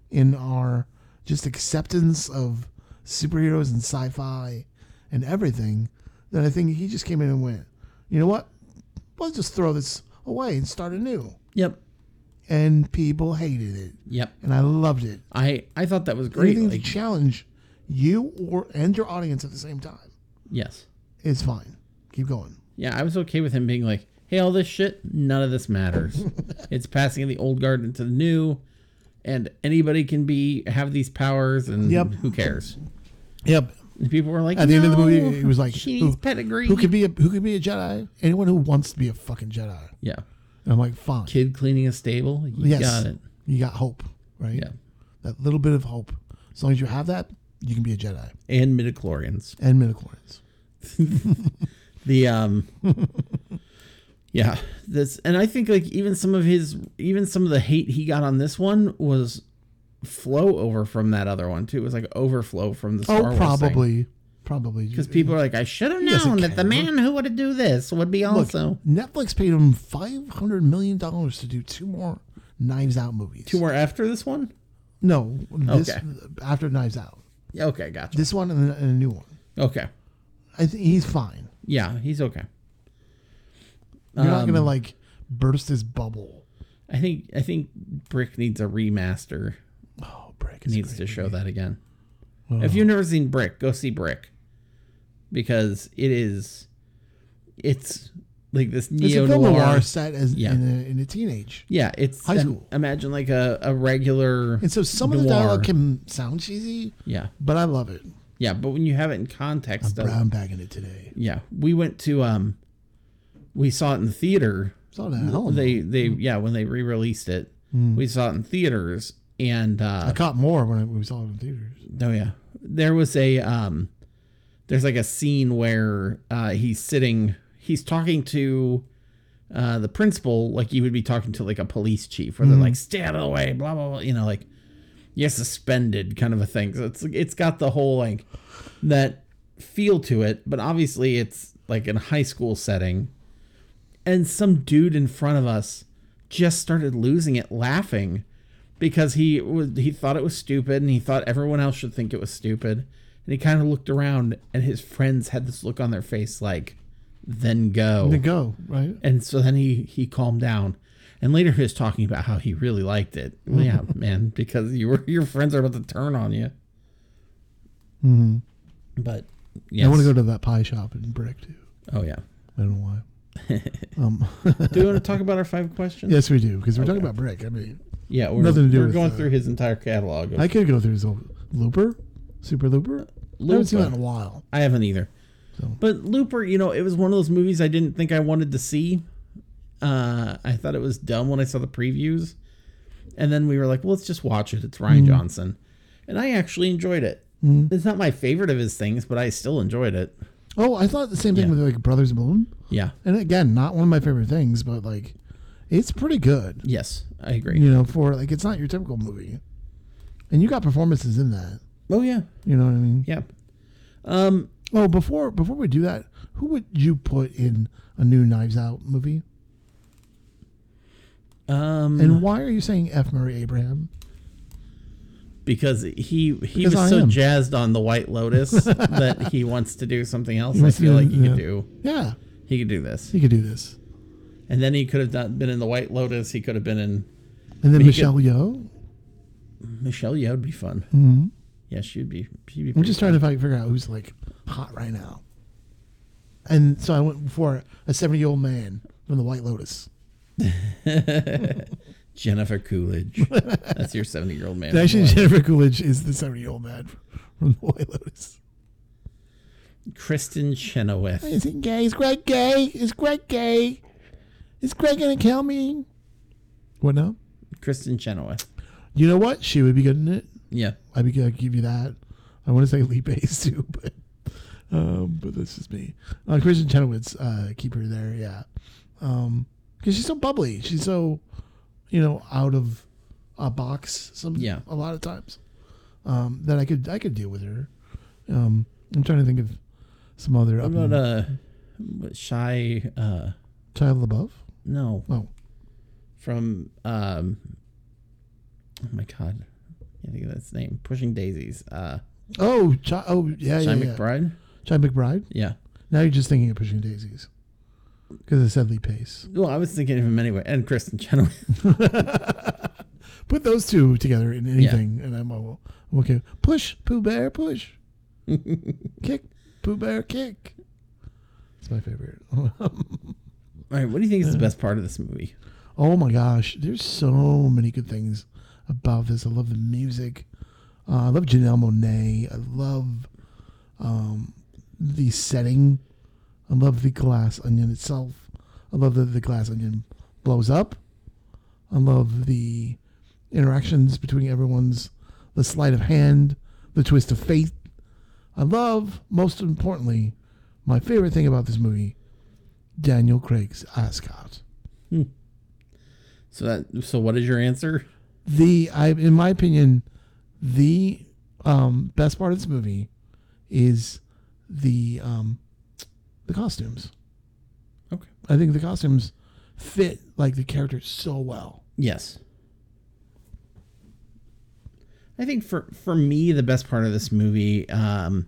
[SPEAKER 1] in our just acceptance of superheroes and sci-fi and everything that I think he just came in and went, you know what? Let's just throw this away and start anew.
[SPEAKER 2] Yep.
[SPEAKER 1] And people hated it,
[SPEAKER 2] Yep.
[SPEAKER 1] and I loved it.
[SPEAKER 2] I I thought that was great.
[SPEAKER 1] Anything
[SPEAKER 2] like-
[SPEAKER 1] to challenge you or and your audience at the same time.
[SPEAKER 2] yes.
[SPEAKER 1] It's fine. Keep going.
[SPEAKER 2] Yeah, I was okay with him being like, "Hey, all this shit, none of this matters. it's passing the old guard into the new, and anybody can be have these powers, and
[SPEAKER 1] Yep.
[SPEAKER 2] who cares?"
[SPEAKER 1] Yep.
[SPEAKER 2] And people were like,
[SPEAKER 1] At the end of the
[SPEAKER 2] "No,
[SPEAKER 1] movie, it was like
[SPEAKER 2] she
[SPEAKER 1] who-
[SPEAKER 2] needs pedigree."
[SPEAKER 1] Who could be a who could be a Jedi? Anyone who wants to be a fucking Jedi.
[SPEAKER 2] yeah,
[SPEAKER 1] And I'm like, fine.
[SPEAKER 2] kid cleaning a stable. You
[SPEAKER 1] yes,
[SPEAKER 2] got it.
[SPEAKER 1] you got hope, right?
[SPEAKER 2] Yeah,
[SPEAKER 1] That little bit of hope. As long as you have that, you can be a Jedi
[SPEAKER 2] and midichlorians.
[SPEAKER 1] and midichlorians.
[SPEAKER 2] the um yeah this and i think like even some of his even some of the hate he got on this one was flow over from that other one too it was like overflow from the Star
[SPEAKER 1] oh, probably, probably
[SPEAKER 2] because people are like i should have
[SPEAKER 1] doesn't
[SPEAKER 2] known that the
[SPEAKER 1] care.
[SPEAKER 2] man who would do this would be
[SPEAKER 1] Look,
[SPEAKER 2] also
[SPEAKER 1] Netflix paid him five hundred million dollars to do two more Knives Out movies.
[SPEAKER 2] two more after this one
[SPEAKER 1] No, this
[SPEAKER 2] Okay.
[SPEAKER 1] after Knives Out,
[SPEAKER 2] yeah okay gotcha
[SPEAKER 1] this one and, and a new one.
[SPEAKER 2] okay
[SPEAKER 1] I think he's fine.
[SPEAKER 2] yeah he's okay Um,
[SPEAKER 1] You're not gonna like burst his bubble.
[SPEAKER 2] i think i think brick needs a remaster
[SPEAKER 1] Oh, break is
[SPEAKER 2] needs
[SPEAKER 1] great.
[SPEAKER 2] to show that again. If you've never seen Brick, go see Brick because it is, it's like this
[SPEAKER 1] It's
[SPEAKER 2] neo
[SPEAKER 1] a film noir
[SPEAKER 2] noir.
[SPEAKER 1] set as
[SPEAKER 2] Yeah.
[SPEAKER 1] in, a, in a teenage.
[SPEAKER 2] Yeah, it's
[SPEAKER 1] High
[SPEAKER 2] im-
[SPEAKER 1] school.
[SPEAKER 2] Imagine like a, a regular.
[SPEAKER 1] And so some of the
[SPEAKER 2] noir.
[SPEAKER 1] dialogue can sound cheesy,
[SPEAKER 2] Yeah,
[SPEAKER 1] but I love it.
[SPEAKER 2] yeah, but when you have it in context, of,
[SPEAKER 1] Brown bagging it today.
[SPEAKER 2] yeah, we went to um, we saw it in the theater.
[SPEAKER 1] Saw that. hell of a-
[SPEAKER 2] They they yeah when they re released it,
[SPEAKER 1] Hmm.
[SPEAKER 2] we saw it in theaters and uh,
[SPEAKER 1] I caught more when, I, when we saw it in theaters.
[SPEAKER 2] Oh yeah, there was a um, there's like a scene where uh, he's sitting, he's talking to uh, the principal like you would be talking to like a police chief, where they're like, "Stay out of the way," blah blah blah, you know, like you're suspended kind of a thing. So it's it's got the whole like that feel to it, but obviously it's like in a high school setting, and some dude in front of us just started losing it laughing because he was he thought it was stupid and he thought everyone else should think it was stupid and he kind of looked around and his friends had this look on their face like then go
[SPEAKER 1] Then go, right?
[SPEAKER 2] and so then he he calmed down and later he was talking about how he really liked it Well, yeah man because you were your friends are about to turn on you mm-hmm. but yes.
[SPEAKER 1] I want to go to that pie shop in Brick, too.
[SPEAKER 2] oh yeah
[SPEAKER 1] I don't know why. um,
[SPEAKER 2] do we want to talk about our five questions
[SPEAKER 1] yes, we do, because we're talking about Brick. I mean,
[SPEAKER 2] yeah we're,
[SPEAKER 1] Nothing to do
[SPEAKER 2] we're
[SPEAKER 1] with,
[SPEAKER 2] going
[SPEAKER 1] uh,
[SPEAKER 2] through his entire catalog of-
[SPEAKER 1] I could go through his old Looper, Super Looper. I haven't seen that in a
[SPEAKER 2] Looper.
[SPEAKER 1] while.
[SPEAKER 2] I haven't either
[SPEAKER 1] So
[SPEAKER 2] But Looper, you know, it was one of those movies I didn't think I wanted to see. Uh, I thought it was dumb when I saw the previews. And then we were like, well, let's just watch it. It's
[SPEAKER 1] Mm-hmm.
[SPEAKER 2] Ryan Johnson. And I actually enjoyed it. It's not my favorite of his things, but I still enjoyed it.
[SPEAKER 1] oh, I thought the same thing
[SPEAKER 2] Yeah.
[SPEAKER 1] with like Brothers Bloom.
[SPEAKER 2] Yeah.
[SPEAKER 1] And again, not one of my favorite things, but like it's pretty good.
[SPEAKER 2] Yes, I agree.
[SPEAKER 1] You know, for like it's not your typical movie. And you got performances in that.
[SPEAKER 2] Oh, yeah.
[SPEAKER 1] You know what I mean?
[SPEAKER 2] Yeah. Um,
[SPEAKER 1] Oh, before before we do that, who would you put in a new Knives Out movie?
[SPEAKER 2] um,
[SPEAKER 1] And why are you saying F. Murray Abraham?
[SPEAKER 2] because he he
[SPEAKER 1] Because I
[SPEAKER 2] was so
[SPEAKER 1] am.
[SPEAKER 2] jazzed on the White Lotus that he wants to do something else. I
[SPEAKER 1] wants to
[SPEAKER 2] feel
[SPEAKER 1] do-
[SPEAKER 2] like he
[SPEAKER 1] yeah.
[SPEAKER 2] could do
[SPEAKER 1] Yeah,
[SPEAKER 2] he could do this,
[SPEAKER 1] he could do this.
[SPEAKER 2] and then he could have done, been in the White Lotus. He could have been in
[SPEAKER 1] And then
[SPEAKER 2] But he
[SPEAKER 1] Michelle Yeoh.
[SPEAKER 2] Michelle Yeoh would be fun.
[SPEAKER 1] Mhm.
[SPEAKER 2] Yeah, she'd be. She'd be
[SPEAKER 1] I'm
[SPEAKER 2] pretty
[SPEAKER 1] just trying to fi- figure out who's like hot right now. And so I went for a 70 year old man from The White Lotus.
[SPEAKER 2] Jennifer Coolidge. That's your seventy-year-old man.
[SPEAKER 1] Actually, Jennifer Coolidge is the 70 year old man from The White Lotus.
[SPEAKER 2] Kristen Chenoweth.
[SPEAKER 1] Is he gay? Is Greg gay? Is Greg gay? Is Greg gonna kill me? What now?
[SPEAKER 2] Kristen Chenoweth.
[SPEAKER 1] You know what? She would be good in it.
[SPEAKER 2] Yeah.
[SPEAKER 1] I'd be gonna give you that. I want to say Lee Pace too, but um, but that's just me. Uh, Kristen Chenoweth's uh, keep her there, yeah, because she's so bubbly. She's so you know out of a box. Some
[SPEAKER 2] Yeah.
[SPEAKER 1] a lot of times um, that I could I could deal with her. Um, I'm trying to think of some other up
[SPEAKER 2] What about uh, what, shy? Uh,
[SPEAKER 1] Child LaBeouf.
[SPEAKER 2] no,
[SPEAKER 1] Oh,
[SPEAKER 2] from um. Oh my god, I can't think of that's name. Pushing Daisies. Uh,
[SPEAKER 1] oh, Chi- oh yeah,
[SPEAKER 2] Shy
[SPEAKER 1] yeah, yeah.
[SPEAKER 2] McBride.
[SPEAKER 1] Chai McBride.
[SPEAKER 2] Yeah.
[SPEAKER 1] Now you're just thinking of pushing daisies because I said Lee Pace.
[SPEAKER 2] Well, I was thinking of him anyway, and Kristen Chenoweth.
[SPEAKER 1] Put those two together in anything, and I'm all I'm okay. Push, Pooh Bear, push. kick, Pooh Bear, kick. It's my favorite.
[SPEAKER 2] All right, what do you think
[SPEAKER 1] Uh.
[SPEAKER 2] is the best part of this movie?
[SPEAKER 1] oh my gosh, there's so many good things about this. I love the music. Uh, I love Janelle Monet. I love um, the setting. I love the glass onion itself. I love that the glass onion blows up. I love the interactions between everyone's the sleight of hand, the twist of fate. I love, most importantly, my favorite thing about this movie, Daniel Craig's Ascot.
[SPEAKER 2] So that. So what is your answer?
[SPEAKER 1] the I in my opinion, the um, best part of this movie is the um, the costumes.
[SPEAKER 2] Okay.
[SPEAKER 1] I think the costumes fit like the characters so well.
[SPEAKER 2] Yes. I think for for me the best part of this movie um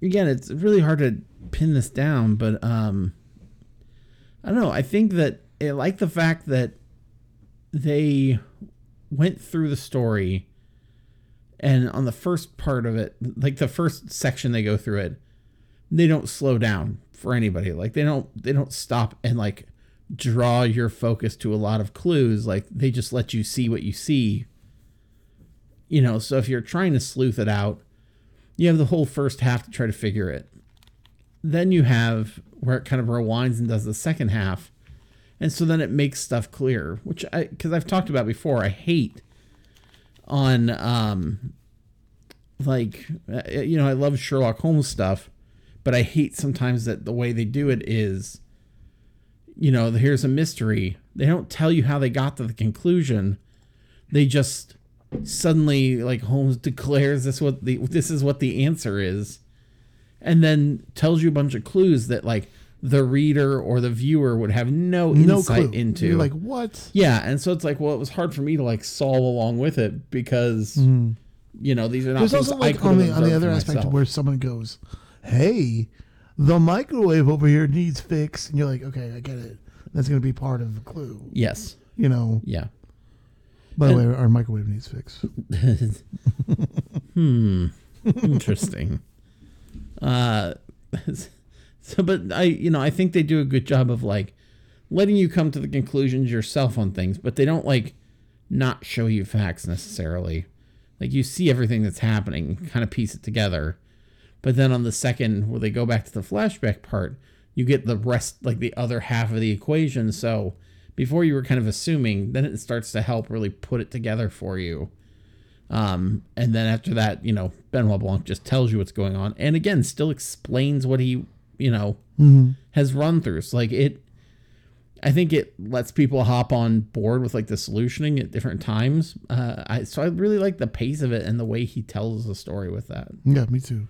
[SPEAKER 2] again it's really hard to pin this down but um I don't know I think that I like the fact that they went through the story and on the first part of it like the first section they go through it they don't slow down for anybody like they don't they don't stop and like draw your focus to a lot of clues like they just let you see what you see you know so if you're trying to sleuth it out you have the whole first half to try to figure it then you have where it kind of rewinds and does the second half and so then it makes stuff clear which i because i've talked about before i hate on um like uh, you know i love sherlock holmes stuff but i hate sometimes that the way they do it is you know here's a mystery they don't tell you how they got to the conclusion they just suddenly like holmes declares this what the this is what the answer is and then tells you a bunch of clues that like the reader or the viewer would have no,
[SPEAKER 1] No
[SPEAKER 2] insight
[SPEAKER 1] clue.
[SPEAKER 2] into
[SPEAKER 1] You're like what?
[SPEAKER 2] yeah, and so it's like, well, it was hard for me to like solve along with it because you know these are not
[SPEAKER 1] Mm. There's
[SPEAKER 2] things
[SPEAKER 1] also
[SPEAKER 2] I
[SPEAKER 1] like
[SPEAKER 2] could
[SPEAKER 1] on
[SPEAKER 2] have
[SPEAKER 1] the on the
[SPEAKER 2] observed
[SPEAKER 1] other
[SPEAKER 2] for
[SPEAKER 1] aspect
[SPEAKER 2] myself.
[SPEAKER 1] where someone goes, "Hey, the microwave over here needs fixed," and you're like, "Okay, I get it. That's going to be part of the clue."
[SPEAKER 2] yes,
[SPEAKER 1] You know.
[SPEAKER 2] yeah,
[SPEAKER 1] By the way, our microwave needs fixed.
[SPEAKER 2] hmm, interesting. uh, so but I you know I think they do a good job of like letting you come to the conclusions yourself on things, but they don't like not show you facts necessarily. Like you see everything that's happening, kind of piece it together. But then on the second, where they go back to the flashback part, you get the rest, like the other half of the equation. So before you were kind of assuming, then it starts to help really put it together for you. Um, and then after that, you know, Benoit Blanc just tells you what's going on, and again, still explains what he, you know, has run through. So like it, I think it lets people hop on board with like the solutioning at different times. Uh, I so I really like the pace of it and the way he tells the story with that.
[SPEAKER 1] Yeah, me too.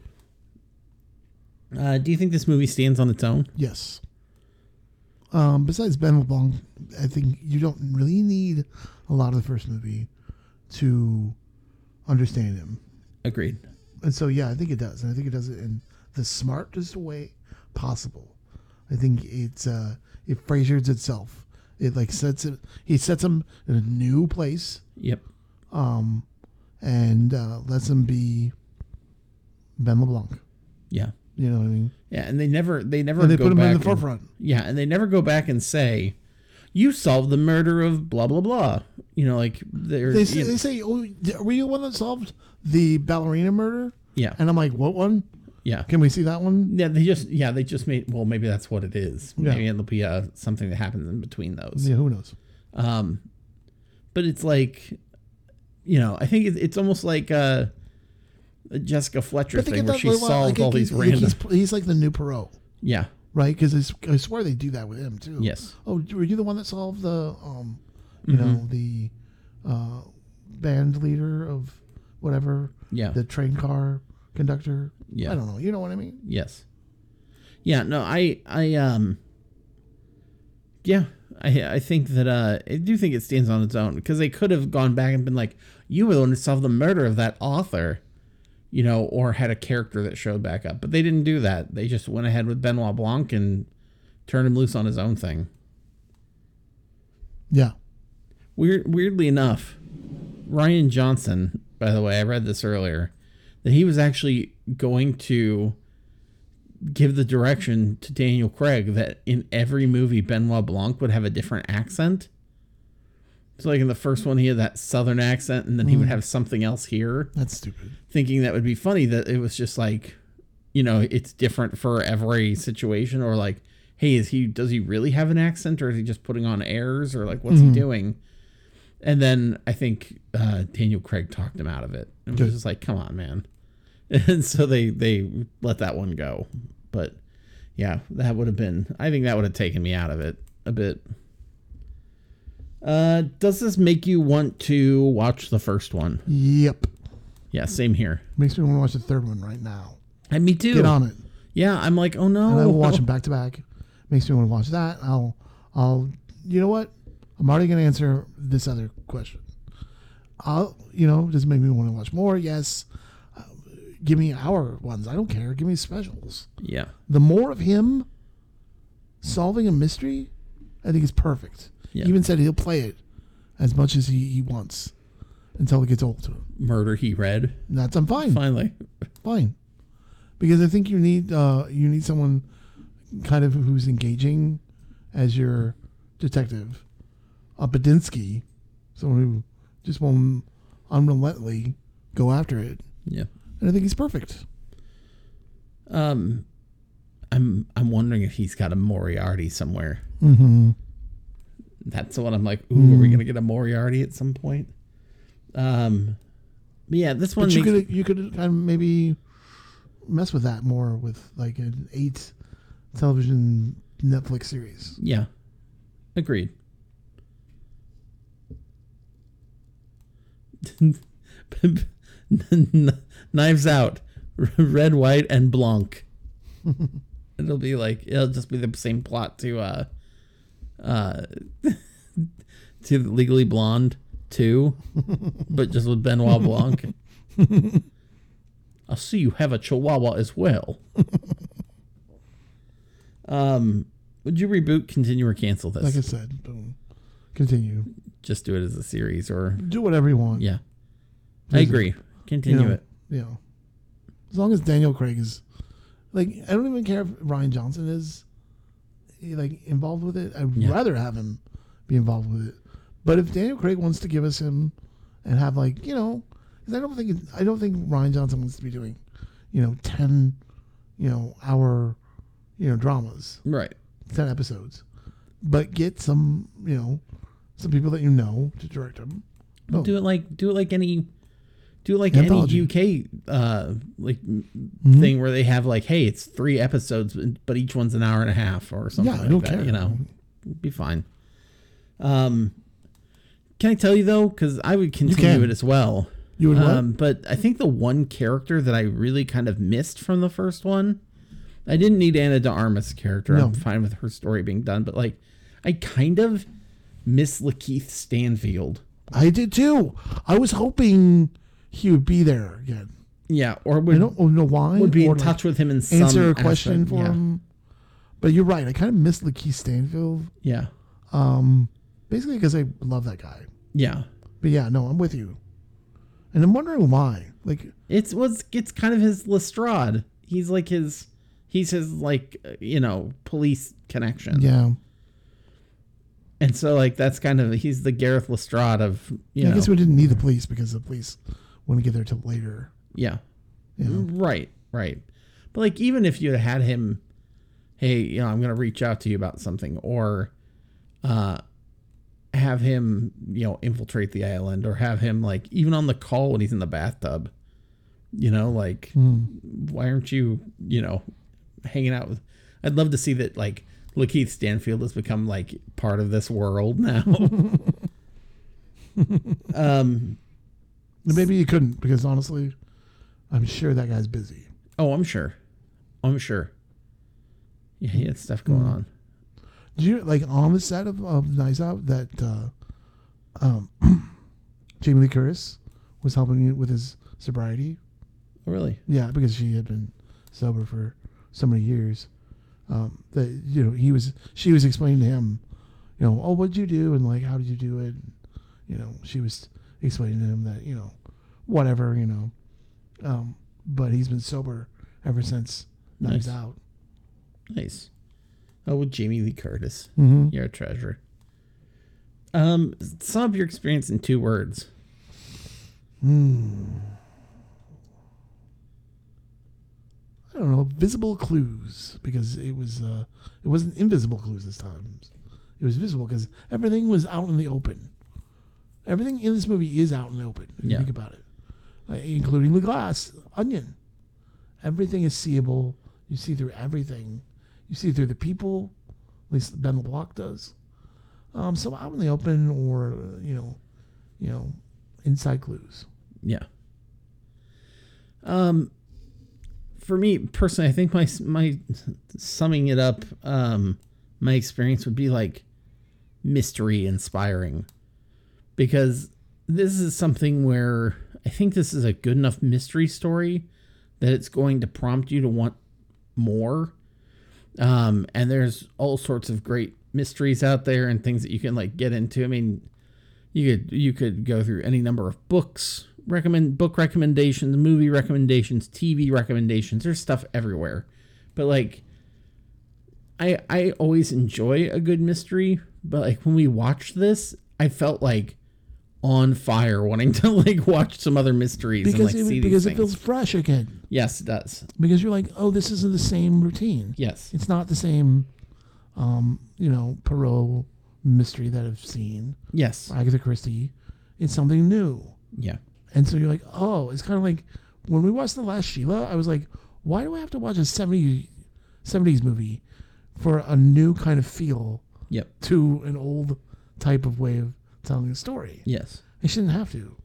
[SPEAKER 2] Uh, do you think this movie stands on its own?
[SPEAKER 1] Yes. Um, besides Ben LeBlanc, I think you don't really need a lot of the first movie to understand him.
[SPEAKER 2] Agreed.
[SPEAKER 1] And so, yeah, I think it does. And I think it does it in the smartest way possible. I think it's, uh, it Frasier's itself. It like sets it, he sets him in a new place
[SPEAKER 2] Yep.
[SPEAKER 1] and uh, lets him be Ben LeBlanc.
[SPEAKER 2] Yeah.
[SPEAKER 1] You know what I mean?
[SPEAKER 2] Yeah, and they never they never
[SPEAKER 1] And they
[SPEAKER 2] go
[SPEAKER 1] put him
[SPEAKER 2] back
[SPEAKER 1] in the
[SPEAKER 2] and-
[SPEAKER 1] forefront.
[SPEAKER 2] Yeah, and they never go back and say, "You solved the murder of blah blah blah." You know, like they're
[SPEAKER 1] They,
[SPEAKER 2] you
[SPEAKER 1] say-
[SPEAKER 2] know-
[SPEAKER 1] they say, oh, d- were you the one that solved the ballerina murder?
[SPEAKER 2] yeah,
[SPEAKER 1] And I'm like, what one?
[SPEAKER 2] yeah,
[SPEAKER 1] Can we see that one?
[SPEAKER 2] yeah. They just yeah they just made well maybe that's what it is.
[SPEAKER 1] Yeah.
[SPEAKER 2] Maybe it'll be uh, something that happens in between those.
[SPEAKER 1] Yeah, who knows?
[SPEAKER 2] Um, but it's like, you know, I think it, it's almost like uh, a Jessica Fletcher thing where she
[SPEAKER 1] well,
[SPEAKER 2] solves
[SPEAKER 1] I
[SPEAKER 2] all
[SPEAKER 1] think
[SPEAKER 2] these
[SPEAKER 1] he's,
[SPEAKER 2] random.
[SPEAKER 1] He's, he's like the new Perot,
[SPEAKER 2] yeah.
[SPEAKER 1] right? Because I swear they do that with him too.
[SPEAKER 2] Yes. Mm-hmm.
[SPEAKER 1] Oh, were you the one that solved the, um, you know, the uh, band leader of whatever?
[SPEAKER 2] Yeah.
[SPEAKER 1] The train car conductor.
[SPEAKER 2] Yeah.
[SPEAKER 1] I don't know. You know what I mean?
[SPEAKER 2] Yes. Yeah, no, I I um yeah, I I think that uh I do think it stands on its own because they could have gone back and been like you were the one who solved the murder of that author, you know, or had a character that showed back up. But they didn't do that. They just went ahead with Benoit Blanc and turned him loose on his own thing.
[SPEAKER 1] Yeah.
[SPEAKER 2] Weird, weirdly enough, Ryan Johnson, by the way, I read this earlier, that he was actually going to give the direction to Daniel Craig that in every movie Benoit Blanc would have a different accent. So like in the first one he had that southern accent and then he would have something else here,
[SPEAKER 1] That's stupid.
[SPEAKER 2] thinking that would be funny that it was just like, you know, it's different for every situation or like hey, is he does he really have an accent or is he just putting on airs or like what's he doing? And then I think uh, Daniel Craig talked him out of it and was
[SPEAKER 1] Good.
[SPEAKER 2] just like, "Come on, man!" And so they they let that one go. But yeah, that would have been. I think that would have taken me out of it a bit. Uh, does this make you want to watch the first one?
[SPEAKER 1] Yep.
[SPEAKER 2] Yeah, same here.
[SPEAKER 1] Makes me want to watch the third one right now.
[SPEAKER 2] And me too.
[SPEAKER 1] Get on it.
[SPEAKER 2] Yeah, I'm like, oh no.
[SPEAKER 1] and I will watch them back to back. Makes me want to watch that. I'll, I'll, you know what? I'm already gonna answer this other question. I'll, you know, just make me want to watch more. Yes, uh, give me our ones. I don't care. Give me specials.
[SPEAKER 2] Yeah,
[SPEAKER 1] The more of him solving a mystery, I think is perfect.
[SPEAKER 2] Yeah.
[SPEAKER 1] He even said he'll play it as much as he, he wants until it gets old.
[SPEAKER 2] murder he read
[SPEAKER 1] And that's I'm fine
[SPEAKER 2] finally.
[SPEAKER 1] fine because i think you need uh you need someone kind of who's engaging as your detective a Badinsky, someone who just will unrelentingly go after it
[SPEAKER 2] Yeah.
[SPEAKER 1] and i think he's perfect
[SPEAKER 2] Um, I'm I'm wondering if he's got a Moriarty somewhere.
[SPEAKER 1] mm-hmm.
[SPEAKER 2] That's what I'm like. Ooh, are we gonna get a Moriarty at some point? Um, but yeah, this one.
[SPEAKER 1] but you
[SPEAKER 2] makes-
[SPEAKER 1] could you could kind of maybe mess with that more with like an eight television netflix series
[SPEAKER 2] yeah, agreed. Knives out, red, white, and blanc. it'll be like it'll just be the same plot to uh, uh, to Legally Blonde two, but just with Benoit Blanc. I see you have a Chihuahua as well. um, would you reboot, continue, or cancel this?
[SPEAKER 1] like i said boom continue
[SPEAKER 2] just do it as a series, or
[SPEAKER 1] do whatever you want
[SPEAKER 2] yeah, I
[SPEAKER 1] Is it-
[SPEAKER 2] agree. Continue
[SPEAKER 1] know,
[SPEAKER 2] it.
[SPEAKER 1] You know, as long as Daniel Craig is like, I don't even care if Ryan Johnson is eh, like involved with it. I'd
[SPEAKER 2] Yeah.
[SPEAKER 1] rather have him be involved with it. But if Daniel Craig wants to give us him and have like you know, 'cause I don't think I don't think Ryan Johnson wants to be doing you know, ten, you know, hour, you know, dramas,
[SPEAKER 2] Right.
[SPEAKER 1] ten episodes, but get some, you know, some people that you know to direct them. Oh.
[SPEAKER 2] Do it like do it like any do it like
[SPEAKER 1] Anthology. Hmm?
[SPEAKER 2] any UK uh like m thing where they have like hey it's three episodes but each one's an hour and a half or something.
[SPEAKER 1] I
[SPEAKER 2] like
[SPEAKER 1] don't
[SPEAKER 2] that,
[SPEAKER 1] care.
[SPEAKER 2] You know, be fine. Um, can I tell you though? Because I would
[SPEAKER 1] can.
[SPEAKER 2] continue it as well.
[SPEAKER 1] You would what?
[SPEAKER 2] um, but I think the one character that I really kind of missed from the first one, I didn't need Anna de Armas' character.
[SPEAKER 1] No.
[SPEAKER 2] I'm fine with her story being done, but like, I kind of miss Lakeith Stanfield.
[SPEAKER 1] I did too. I was hoping he would be there again.
[SPEAKER 2] Yeah, or
[SPEAKER 1] I
[SPEAKER 2] would
[SPEAKER 1] don't know why.
[SPEAKER 2] would be
[SPEAKER 1] or
[SPEAKER 2] in
[SPEAKER 1] like,
[SPEAKER 2] touch with him in some
[SPEAKER 1] answer a question
[SPEAKER 2] aspect.
[SPEAKER 1] for
[SPEAKER 2] yeah.
[SPEAKER 1] him. But you're right. I kind of miss Lakeith Stanfield.
[SPEAKER 2] Yeah,
[SPEAKER 1] Um, basically because I love that guy.
[SPEAKER 2] yeah.
[SPEAKER 1] But yeah, no, I'm with you. And I'm wondering why. Like,
[SPEAKER 2] It's was it's kind of his Lestrade. He's like his he's his like uh, you know police connection.
[SPEAKER 1] yeah,
[SPEAKER 2] and so like that's kind of he's the Gareth Lestrade of you
[SPEAKER 1] I
[SPEAKER 2] know
[SPEAKER 1] guess we didn't need the police because the police wouldn't get there till later.
[SPEAKER 2] yeah.
[SPEAKER 1] You know?
[SPEAKER 2] Right, right. But like even if you had him hey, you know, I'm gonna reach out to you about something or uh have him, you know, infiltrate the island or have him like even on the call when he's in the bathtub, you know, like
[SPEAKER 1] Hmm.
[SPEAKER 2] why aren't you, you know, hanging out with I'd love to see that like Lakeith Stanfield has become like part of this world now. um
[SPEAKER 1] And maybe you couldn't because honestly, I'm sure that guy's busy.
[SPEAKER 2] Oh, I'm sure. I'm sure. Yeah, he had stuff going on.
[SPEAKER 1] Do you like on the set of, of Knives Out that uh, um, Jamie Lee Curtis was helping you with his sobriety?
[SPEAKER 2] Oh, really?
[SPEAKER 1] Yeah, because she had been sober for so many years. Um, that you know, he was she was explaining to him, you know, oh, what'd you do and like how did you do it? You know, she was explaining to him that you know, whatever you know, um, but he's been sober ever since Knives
[SPEAKER 2] Nice.
[SPEAKER 1] Out.
[SPEAKER 2] Nice. Oh, with Jamie Lee Curtis.
[SPEAKER 1] Mm-hmm.
[SPEAKER 2] You're a treasure. Um, sum up your experience in two words.
[SPEAKER 1] I don't know, visible clues because it was uh, it wasn't invisible clues this time. It was visible because everything was out in the open. Everything in this movie is out in the open. If you
[SPEAKER 2] Yeah.
[SPEAKER 1] think about it, Uh, including the glass onion. Everything is seeable. You see through everything. You see through the people. At least Ben LeBlanc does. Um, so out in the open, or uh, you know, you know, inside clues.
[SPEAKER 2] Yeah. Um, for me personally, I think my my summing it up, um, my experience would be like mystery inspiring, because this is something where I think this is a good enough mystery story that it's going to prompt you to want more. Um, and there's all sorts of great mysteries out there and things that you can like get into. I mean, you could you could go through any number of books recommend book recommendations movie recommendations tv recommendations there's stuff everywhere but like i i always enjoy a good mystery but like when we watched this i felt like on fire wanting to like watch some other mysteries and
[SPEAKER 1] Because
[SPEAKER 2] like see
[SPEAKER 1] it, because
[SPEAKER 2] these
[SPEAKER 1] it feels
[SPEAKER 2] things
[SPEAKER 1] fresh again.
[SPEAKER 2] yes it does
[SPEAKER 1] because you're like, oh, this isn't the same routine.
[SPEAKER 2] yes
[SPEAKER 1] It's not the same, um, you know, Perot mystery that I've seen,
[SPEAKER 2] yes
[SPEAKER 1] Agatha Christie. It's something new.
[SPEAKER 2] yeah
[SPEAKER 1] And so you're like, oh, it's kind of like when we watched The Last Sheila, I was like, why do I have to watch a 70, 70s movie for a new kind of feel
[SPEAKER 2] yep
[SPEAKER 1] to an old type of way of telling a story?
[SPEAKER 2] yes
[SPEAKER 1] I shouldn't have to,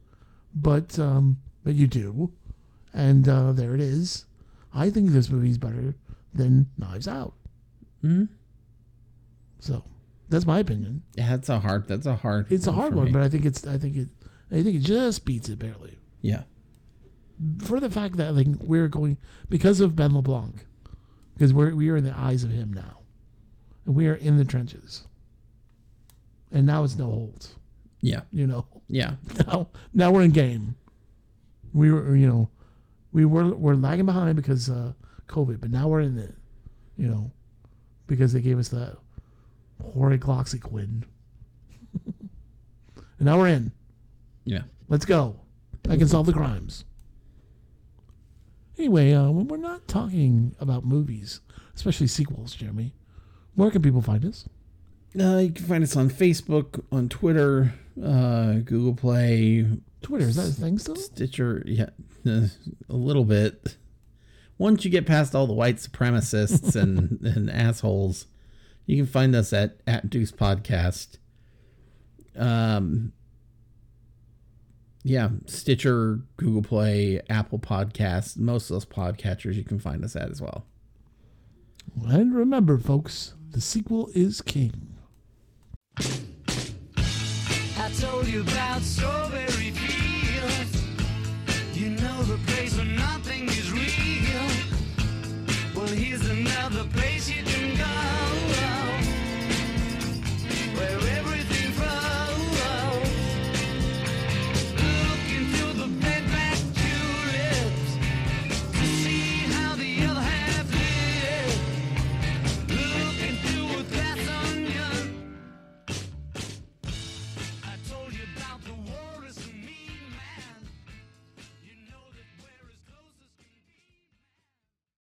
[SPEAKER 1] but um, but you do, and uh, there it is. I think this movie's better than Knives Out.
[SPEAKER 2] mm-hmm.
[SPEAKER 1] So that's my opinion.
[SPEAKER 2] yeah that's a hard that's a hard
[SPEAKER 1] It's a hard
[SPEAKER 2] for
[SPEAKER 1] one,
[SPEAKER 2] me.
[SPEAKER 1] but I think it's I think it I think it just beats it barely
[SPEAKER 2] yeah
[SPEAKER 1] for the fact that like we're going because of Ben LeBlanc, because we're we are in the eyes of him now, and we are in the trenches, and now it's no holds.
[SPEAKER 2] yeah
[SPEAKER 1] You know,
[SPEAKER 2] yeah
[SPEAKER 1] now now we're in game. We were you know, we were we're lagging behind because uh COVID, but now we're in it, you know, because they gave us that horigloxyquin. and now we're in.
[SPEAKER 2] yeah
[SPEAKER 1] Let's go. I can solve the crimes. Anyway, uh, when we're not talking about movies, especially sequels, Jeremy, where can people find us?
[SPEAKER 2] Uh, you can find us on Facebook, on Twitter, uh, Google Play,
[SPEAKER 1] Twitter, is that a thing still?
[SPEAKER 2] Stitcher. Yeah, a little bit. Once you get past all the white supremacists and, and assholes, you can find us at, at Deuce Podcast. Um, yeah, Stitcher, Google Play, Apple Podcasts, most of those podcatchers you can find us at as well.
[SPEAKER 1] And remember, folks, the sequel is king.
[SPEAKER 3] I told you about strawberry fields. You know the place where nothing is real. Well, here's another place you